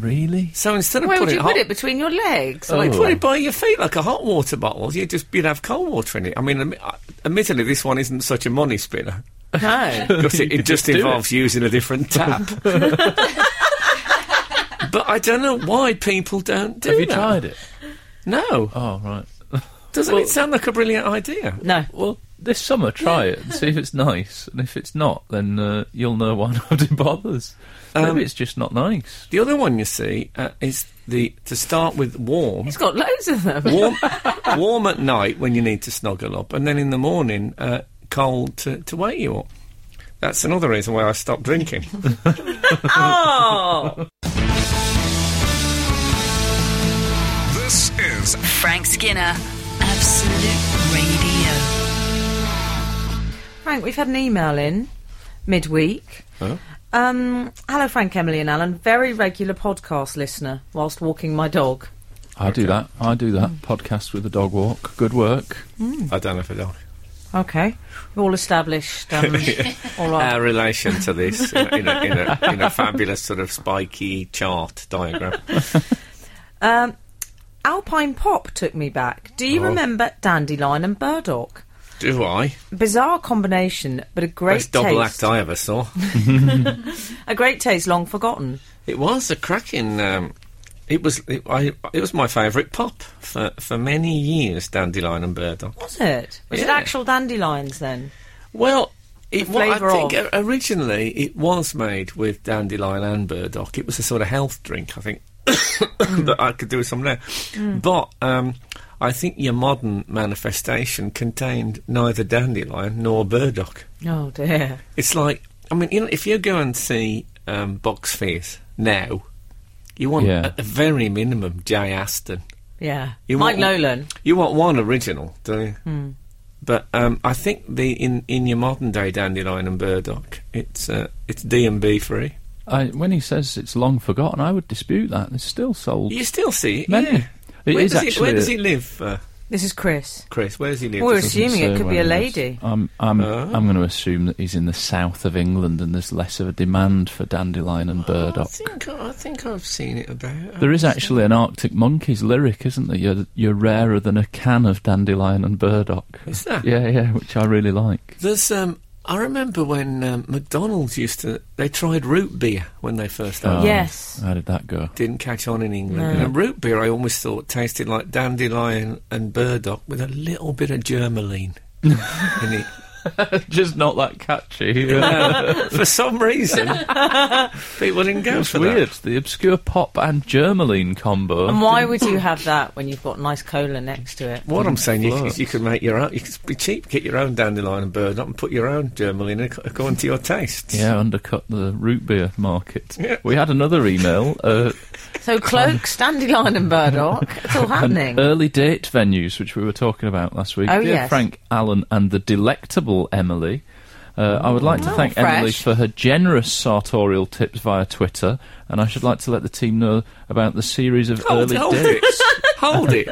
[SPEAKER 4] really?
[SPEAKER 3] So instead of
[SPEAKER 5] Where would
[SPEAKER 3] putting
[SPEAKER 5] you
[SPEAKER 3] hot,
[SPEAKER 5] put it between your legs?
[SPEAKER 3] Well,
[SPEAKER 5] Like,
[SPEAKER 3] you put it by your feet like a hot water bottle. You just you'd have cold water in it. I mean, admi- uh, admittedly, this one isn't such a money spinner
[SPEAKER 5] no.
[SPEAKER 3] because it, it just
[SPEAKER 4] do it.
[SPEAKER 3] involves using a different tap. but I don't know why people don't do
[SPEAKER 4] Have you
[SPEAKER 3] that.
[SPEAKER 4] tried it?
[SPEAKER 3] No.
[SPEAKER 4] Oh, right.
[SPEAKER 3] Doesn't it sound like a brilliant idea?
[SPEAKER 5] No.
[SPEAKER 4] Well, this summer, try it and see if it's nice. And if it's not, then uh, you'll know why nobody bothers.
[SPEAKER 3] Um,
[SPEAKER 4] Maybe it's just not nice.
[SPEAKER 3] The other one you see uh, is the to start with warm.
[SPEAKER 5] He's got loads of them.
[SPEAKER 3] warm, warm at night when you need to snuggle up, and then in the morning, uh, cold to, to wake you up. That's another reason why I stopped drinking.
[SPEAKER 5] Oh!
[SPEAKER 1] This is
[SPEAKER 2] Frank Skinner, Absolute Radio.
[SPEAKER 5] Frank, we've had an email in midweek. Um, hello, Frank, Emily, and Alan. Very regular podcast listener whilst walking my dog.
[SPEAKER 4] I do that. I do that. Podcast with a dog walk. Good work.
[SPEAKER 3] I don't know if I don't.
[SPEAKER 5] Okay. We've all established. Um, all right.
[SPEAKER 3] Our relation to this in a, in a, in a, in a fabulous sort of spiky chart diagram.
[SPEAKER 5] Um, Alpine Pop took me back. Do you
[SPEAKER 3] Oh.
[SPEAKER 5] remember Dandelion and Burdock?
[SPEAKER 3] Do I?
[SPEAKER 5] Bizarre combination, but a great
[SPEAKER 3] Best double
[SPEAKER 5] taste.
[SPEAKER 3] act I ever saw.
[SPEAKER 5] A great taste long forgotten.
[SPEAKER 3] It was a cracking. Um, it was it, I, it was my favourite pop for, for many years. Dandelion and Burdock.
[SPEAKER 5] Was it? Was it
[SPEAKER 3] Yeah.
[SPEAKER 5] actual dandelions then?
[SPEAKER 3] Well, it,
[SPEAKER 5] The
[SPEAKER 3] wa- I
[SPEAKER 5] flavour
[SPEAKER 3] think
[SPEAKER 5] of.
[SPEAKER 3] o- originally it was made with dandelion and burdock. It was a sort of health drink, I think, that I could do with some there.
[SPEAKER 5] Mm.
[SPEAKER 3] But um, I think your modern manifestation contained neither dandelion nor burdock.
[SPEAKER 5] Oh dear.
[SPEAKER 3] It's like, I mean, you know, if you go and see um, Box Fizz now, you want
[SPEAKER 4] Yeah.
[SPEAKER 3] at the very minimum Jay Aston.
[SPEAKER 5] Yeah.
[SPEAKER 3] You
[SPEAKER 5] Mike
[SPEAKER 3] want-
[SPEAKER 5] Nolan. Hmm.
[SPEAKER 3] You want one original, do you? But um, I think the in, in your modern day dandelion and burdock, it's uh, it's D and B free.
[SPEAKER 4] I, when he says it's long forgotten, I would dispute that. It's still sold.
[SPEAKER 3] You still see it.
[SPEAKER 4] Many.
[SPEAKER 3] Yeah.
[SPEAKER 4] It
[SPEAKER 3] where
[SPEAKER 4] is
[SPEAKER 3] does he,
[SPEAKER 4] actually
[SPEAKER 3] where
[SPEAKER 4] a-
[SPEAKER 3] does he live, uh,
[SPEAKER 5] This is Chris.
[SPEAKER 3] Chris? Where does he live?
[SPEAKER 5] We're
[SPEAKER 3] Does he-
[SPEAKER 5] assuming it
[SPEAKER 4] So
[SPEAKER 5] could be a
[SPEAKER 4] when he
[SPEAKER 5] lady.
[SPEAKER 4] was- I'm, I'm,
[SPEAKER 3] Oh.
[SPEAKER 4] I'm going to assume that he's in the south of England and there's less of a demand for dandelion and
[SPEAKER 3] I
[SPEAKER 5] Oh,
[SPEAKER 4] burdock.
[SPEAKER 3] think I think I've seen it about. uh,
[SPEAKER 4] There is actually an Arctic Monkeys lyric, isn't there? You're, you're rarer than a can of dandelion and burdock.
[SPEAKER 3] Is there?
[SPEAKER 4] Yeah, yeah, which I really like.
[SPEAKER 3] There's um. I remember when um, McDonald's used to. They tried root beer when they first opened.
[SPEAKER 4] Um,
[SPEAKER 5] Yes.
[SPEAKER 4] How did that go?
[SPEAKER 3] Didn't catch on in England. And root beer, I always thought tasted like dandelion and burdock with a little bit of germaline in it.
[SPEAKER 4] Just not that catchy.
[SPEAKER 3] for some reason, people didn't go
[SPEAKER 4] It's
[SPEAKER 3] for
[SPEAKER 4] weird. The obscure pop and germaline combo.
[SPEAKER 3] Um,
[SPEAKER 5] And why would you have that when you've got nice cola next to it?
[SPEAKER 3] that. What I'm
[SPEAKER 4] Mm,
[SPEAKER 3] saying you-
[SPEAKER 4] Flirts.
[SPEAKER 3] is you can make your own. You can be cheap, get your own dandelion and burdock, and put your own germaline ac- according to your tastes.
[SPEAKER 4] Yeah, undercut the root beer market.
[SPEAKER 3] Yeah.
[SPEAKER 4] We had another email. Uh,
[SPEAKER 5] So cloaks, dandelion, and burdock. It's all happening.
[SPEAKER 4] and uh, early date venues, which we were talking about last week.
[SPEAKER 5] Oh,
[SPEAKER 4] Dear
[SPEAKER 5] yes.
[SPEAKER 4] Frank Allen and the delectable Emily. Uh, I would like to
[SPEAKER 5] Oh,
[SPEAKER 4] thank
[SPEAKER 5] fresh.
[SPEAKER 4] Emily for her generous sartorial tips via Twitter, and I should like to let the team know about the series of
[SPEAKER 3] Hold,
[SPEAKER 4] early
[SPEAKER 3] hold
[SPEAKER 4] dates.
[SPEAKER 3] it. Hold it.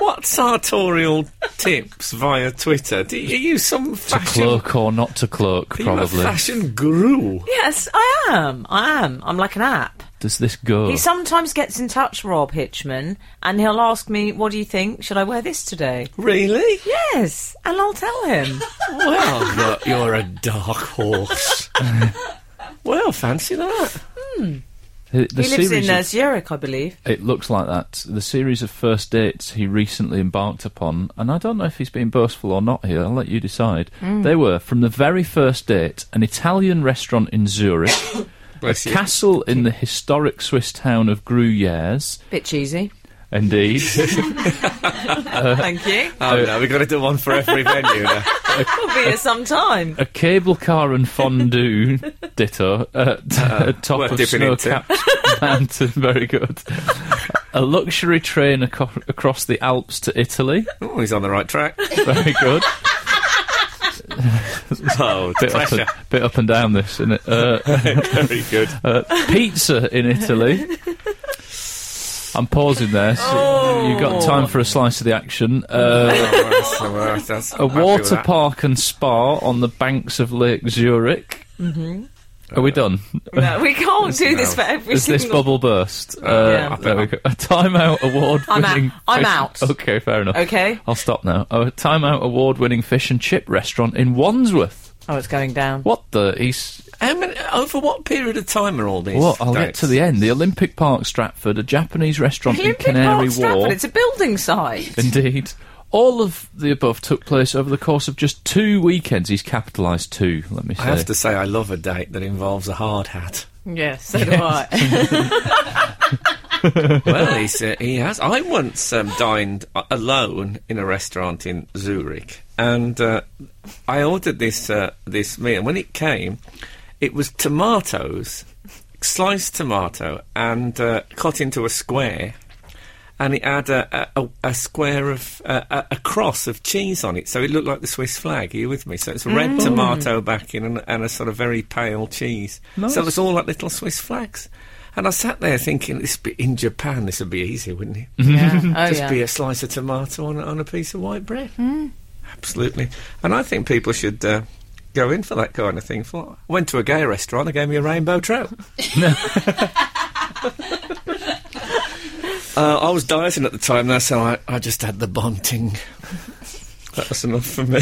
[SPEAKER 3] What sartorial tips via Twitter? Do you, are you some fashion?
[SPEAKER 4] Cloak or not to cloak,
[SPEAKER 3] are you a
[SPEAKER 4] probably.
[SPEAKER 3] fashion guru.
[SPEAKER 5] yes, I am. I am. I'm like an app.
[SPEAKER 4] Does this go?
[SPEAKER 5] He sometimes gets in touch, Rob Hitchman, and he'll ask me, "What do you think? Should I wear this today?"
[SPEAKER 3] Really?
[SPEAKER 5] Yes, and I'll tell him.
[SPEAKER 3] Well, look, you're a dark horse. well, fancy that.
[SPEAKER 4] The- the
[SPEAKER 5] he lives in
[SPEAKER 4] series
[SPEAKER 5] uh,
[SPEAKER 4] of-
[SPEAKER 5] Zurich, I believe.
[SPEAKER 4] It looks like that. The series of first dates he recently embarked upon, and I don't know if he's being boastful or not here, I'll let you decide.
[SPEAKER 3] Hmm.
[SPEAKER 4] They were, from the very first date, an Italian restaurant in Zurich, a
[SPEAKER 3] Bless you.
[SPEAKER 4] castle in the historic Swiss town of Gruyères,
[SPEAKER 5] Bit cheesy.
[SPEAKER 4] indeed, Uh,
[SPEAKER 5] Thank you.
[SPEAKER 3] Oh no, we've got to do one for every venue. Now.
[SPEAKER 5] We'll be here sometime.
[SPEAKER 4] a cable car and fondue, ditto, uh, t- top
[SPEAKER 3] Ah, worth
[SPEAKER 4] of
[SPEAKER 3] dipping into.
[SPEAKER 4] snow-capped mountain, very good. A luxury train aco- across the Alps to Italy,
[SPEAKER 3] Oh, he's on the right track.
[SPEAKER 4] very good.
[SPEAKER 3] Oh,
[SPEAKER 4] bit up, and,
[SPEAKER 3] pressure.
[SPEAKER 4] bit up and down this, isn't it? Uh,
[SPEAKER 3] Very good.
[SPEAKER 4] pizza in Italy. I'm pausing there. So You've got
[SPEAKER 5] Oh,
[SPEAKER 4] time for a slice of the action. Uh, a water park and spa on the banks of Lake Zurich. Mm-hmm. Are we done?
[SPEAKER 5] No, we can't do this for every
[SPEAKER 4] Is
[SPEAKER 5] single.
[SPEAKER 4] this bubble burst? Uh,
[SPEAKER 5] Yeah. I
[SPEAKER 4] there we go. A timeout award
[SPEAKER 5] I'm
[SPEAKER 4] winning.
[SPEAKER 5] out. I'm out.
[SPEAKER 4] Okay, fair enough.
[SPEAKER 5] Okay.
[SPEAKER 4] I'll stop now. A timeout award winning fish and chip restaurant in Wandsworth.
[SPEAKER 5] Oh, it's going down.
[SPEAKER 4] What the? He's
[SPEAKER 3] How many, over what period of time are all these?
[SPEAKER 4] Well, I'll get
[SPEAKER 3] dates?
[SPEAKER 4] to the end. The Olympic Park, Stratford, a Japanese restaurant
[SPEAKER 5] Olympic
[SPEAKER 4] in Canary
[SPEAKER 5] Park, Stratford.
[SPEAKER 4] Wharf.
[SPEAKER 5] It's a building site.
[SPEAKER 4] Indeed. All of the above took place over the course of just two weekends. He's capitalised two, let me say.
[SPEAKER 3] I have to say, I love a date that involves a hard hat.
[SPEAKER 5] Yes, so do I.
[SPEAKER 3] well, he's, uh, he has. I once um, dined a- alone in a restaurant in Zurich, and uh, I ordered this uh, this meal. When it came, it was tomatoes, sliced tomato, and uh, cut into a square. And it had a, a, a- a square of uh, a, a cross of cheese on it, so it looked like the Swiss flag. Are you with me? So it's a red tomato backing and, and a sort of very pale cheese. So it was all like little Swiss flags. And I sat there thinking, this be, in Japan, this would be easy, wouldn't it?
[SPEAKER 5] Oh,
[SPEAKER 3] Just
[SPEAKER 5] yeah. Hmm.
[SPEAKER 3] be a slice of tomato on, a- on a piece of white bread. Absolutely. And I think people should uh, go in for that kind of thing. For I went to a gay restaurant, they gave me a rainbow trout. uh, I was dieting at the time, though, so I, I just had the bunting. that was enough for me.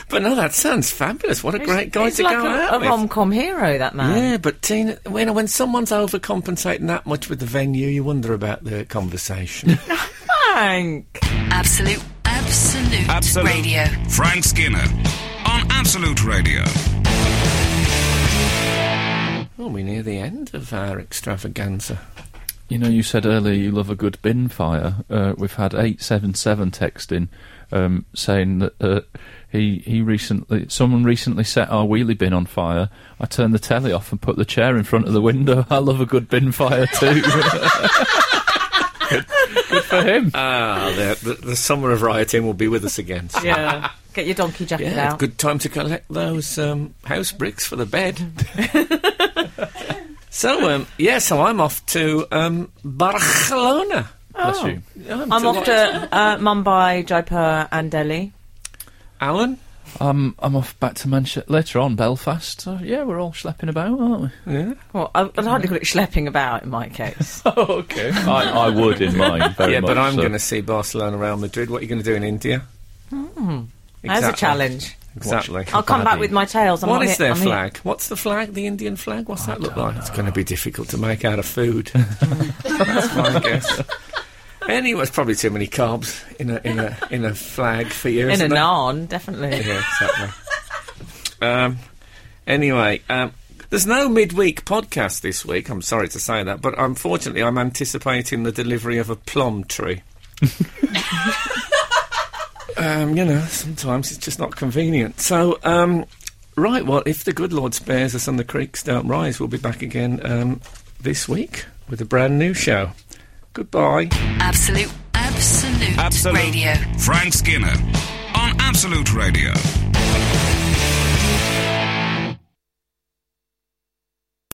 [SPEAKER 3] but no, that sounds fabulous. What a great guy
[SPEAKER 5] He's
[SPEAKER 3] to
[SPEAKER 5] like
[SPEAKER 3] go
[SPEAKER 5] a,
[SPEAKER 3] out
[SPEAKER 5] a
[SPEAKER 3] with.
[SPEAKER 5] rom-com hero, that man.
[SPEAKER 3] Yeah, but Tina, when when someone's overcompensating that much with the venue, you wonder about the conversation.
[SPEAKER 5] Thank.
[SPEAKER 2] Absolute, absolute,
[SPEAKER 1] Absolute.
[SPEAKER 2] radio.
[SPEAKER 1] Frank Skinner on Absolute Radio.
[SPEAKER 3] well, we're near the end of our extravaganza.
[SPEAKER 4] You know, you said earlier you love a good bin fire. Uh, we've had eight seven seven texting um, saying that uh, he he recently someone recently set our wheelie bin on fire. I turned the telly off and put the chair in front of the window. I love a good bin fire too. good, good for him.
[SPEAKER 3] Ah, the, the, the summer of rioting will be with us again. soon.
[SPEAKER 5] Yeah. Get your donkey jacket
[SPEAKER 3] Yeah,
[SPEAKER 5] out.
[SPEAKER 3] good time to collect those um, house bricks for the bed. so, um, yeah, so I'm off to um, Barcelona.
[SPEAKER 4] Bless you.
[SPEAKER 5] Oh, I'm off to uh, Mumbai, Jaipur, and Delhi.
[SPEAKER 3] Alan.
[SPEAKER 4] Um, I'm off back to Manchester later on. Belfast. So, yeah, we're all schlepping about, aren't we?
[SPEAKER 5] Well, I, I'd hardly call it schlepping about in my case.
[SPEAKER 4] Oh, okay. I, I would in mine. Very
[SPEAKER 3] yeah, but
[SPEAKER 4] much
[SPEAKER 3] I'm
[SPEAKER 4] so.
[SPEAKER 3] going to see Barcelona, Real Madrid. What are you going to do in India?
[SPEAKER 5] There's Hmm. a
[SPEAKER 3] Exactly.
[SPEAKER 5] challenge.
[SPEAKER 3] Exactly.
[SPEAKER 5] I'll come back
[SPEAKER 4] Kabaddi.
[SPEAKER 5] with my tails. I'm
[SPEAKER 3] What
[SPEAKER 5] not
[SPEAKER 3] is
[SPEAKER 5] here-
[SPEAKER 3] their
[SPEAKER 5] I'm here-
[SPEAKER 3] flag? What's the flag? The Indian flag? What's that look like? It's going to be difficult to make out of food. That's my guess. Anyway, it's probably too many carbs in a in a in a flag for you.
[SPEAKER 5] In a
[SPEAKER 3] isn't there?
[SPEAKER 5] naan, definitely.
[SPEAKER 3] Yeah, exactly. um, anyway, um, there's no midweek podcast this week. I'm sorry to say that, but unfortunately, I'm anticipating the delivery of a plum tree. um, you know, sometimes it's just not convenient. So, um, right, well, if the good Lord spares us and the creeks don't rise, we'll be back again um, this week with a brand new show. Goodbye.
[SPEAKER 2] Absolute, absolute,
[SPEAKER 1] Absolute.
[SPEAKER 2] radio.
[SPEAKER 1] Frank Skinner on Absolute Radio.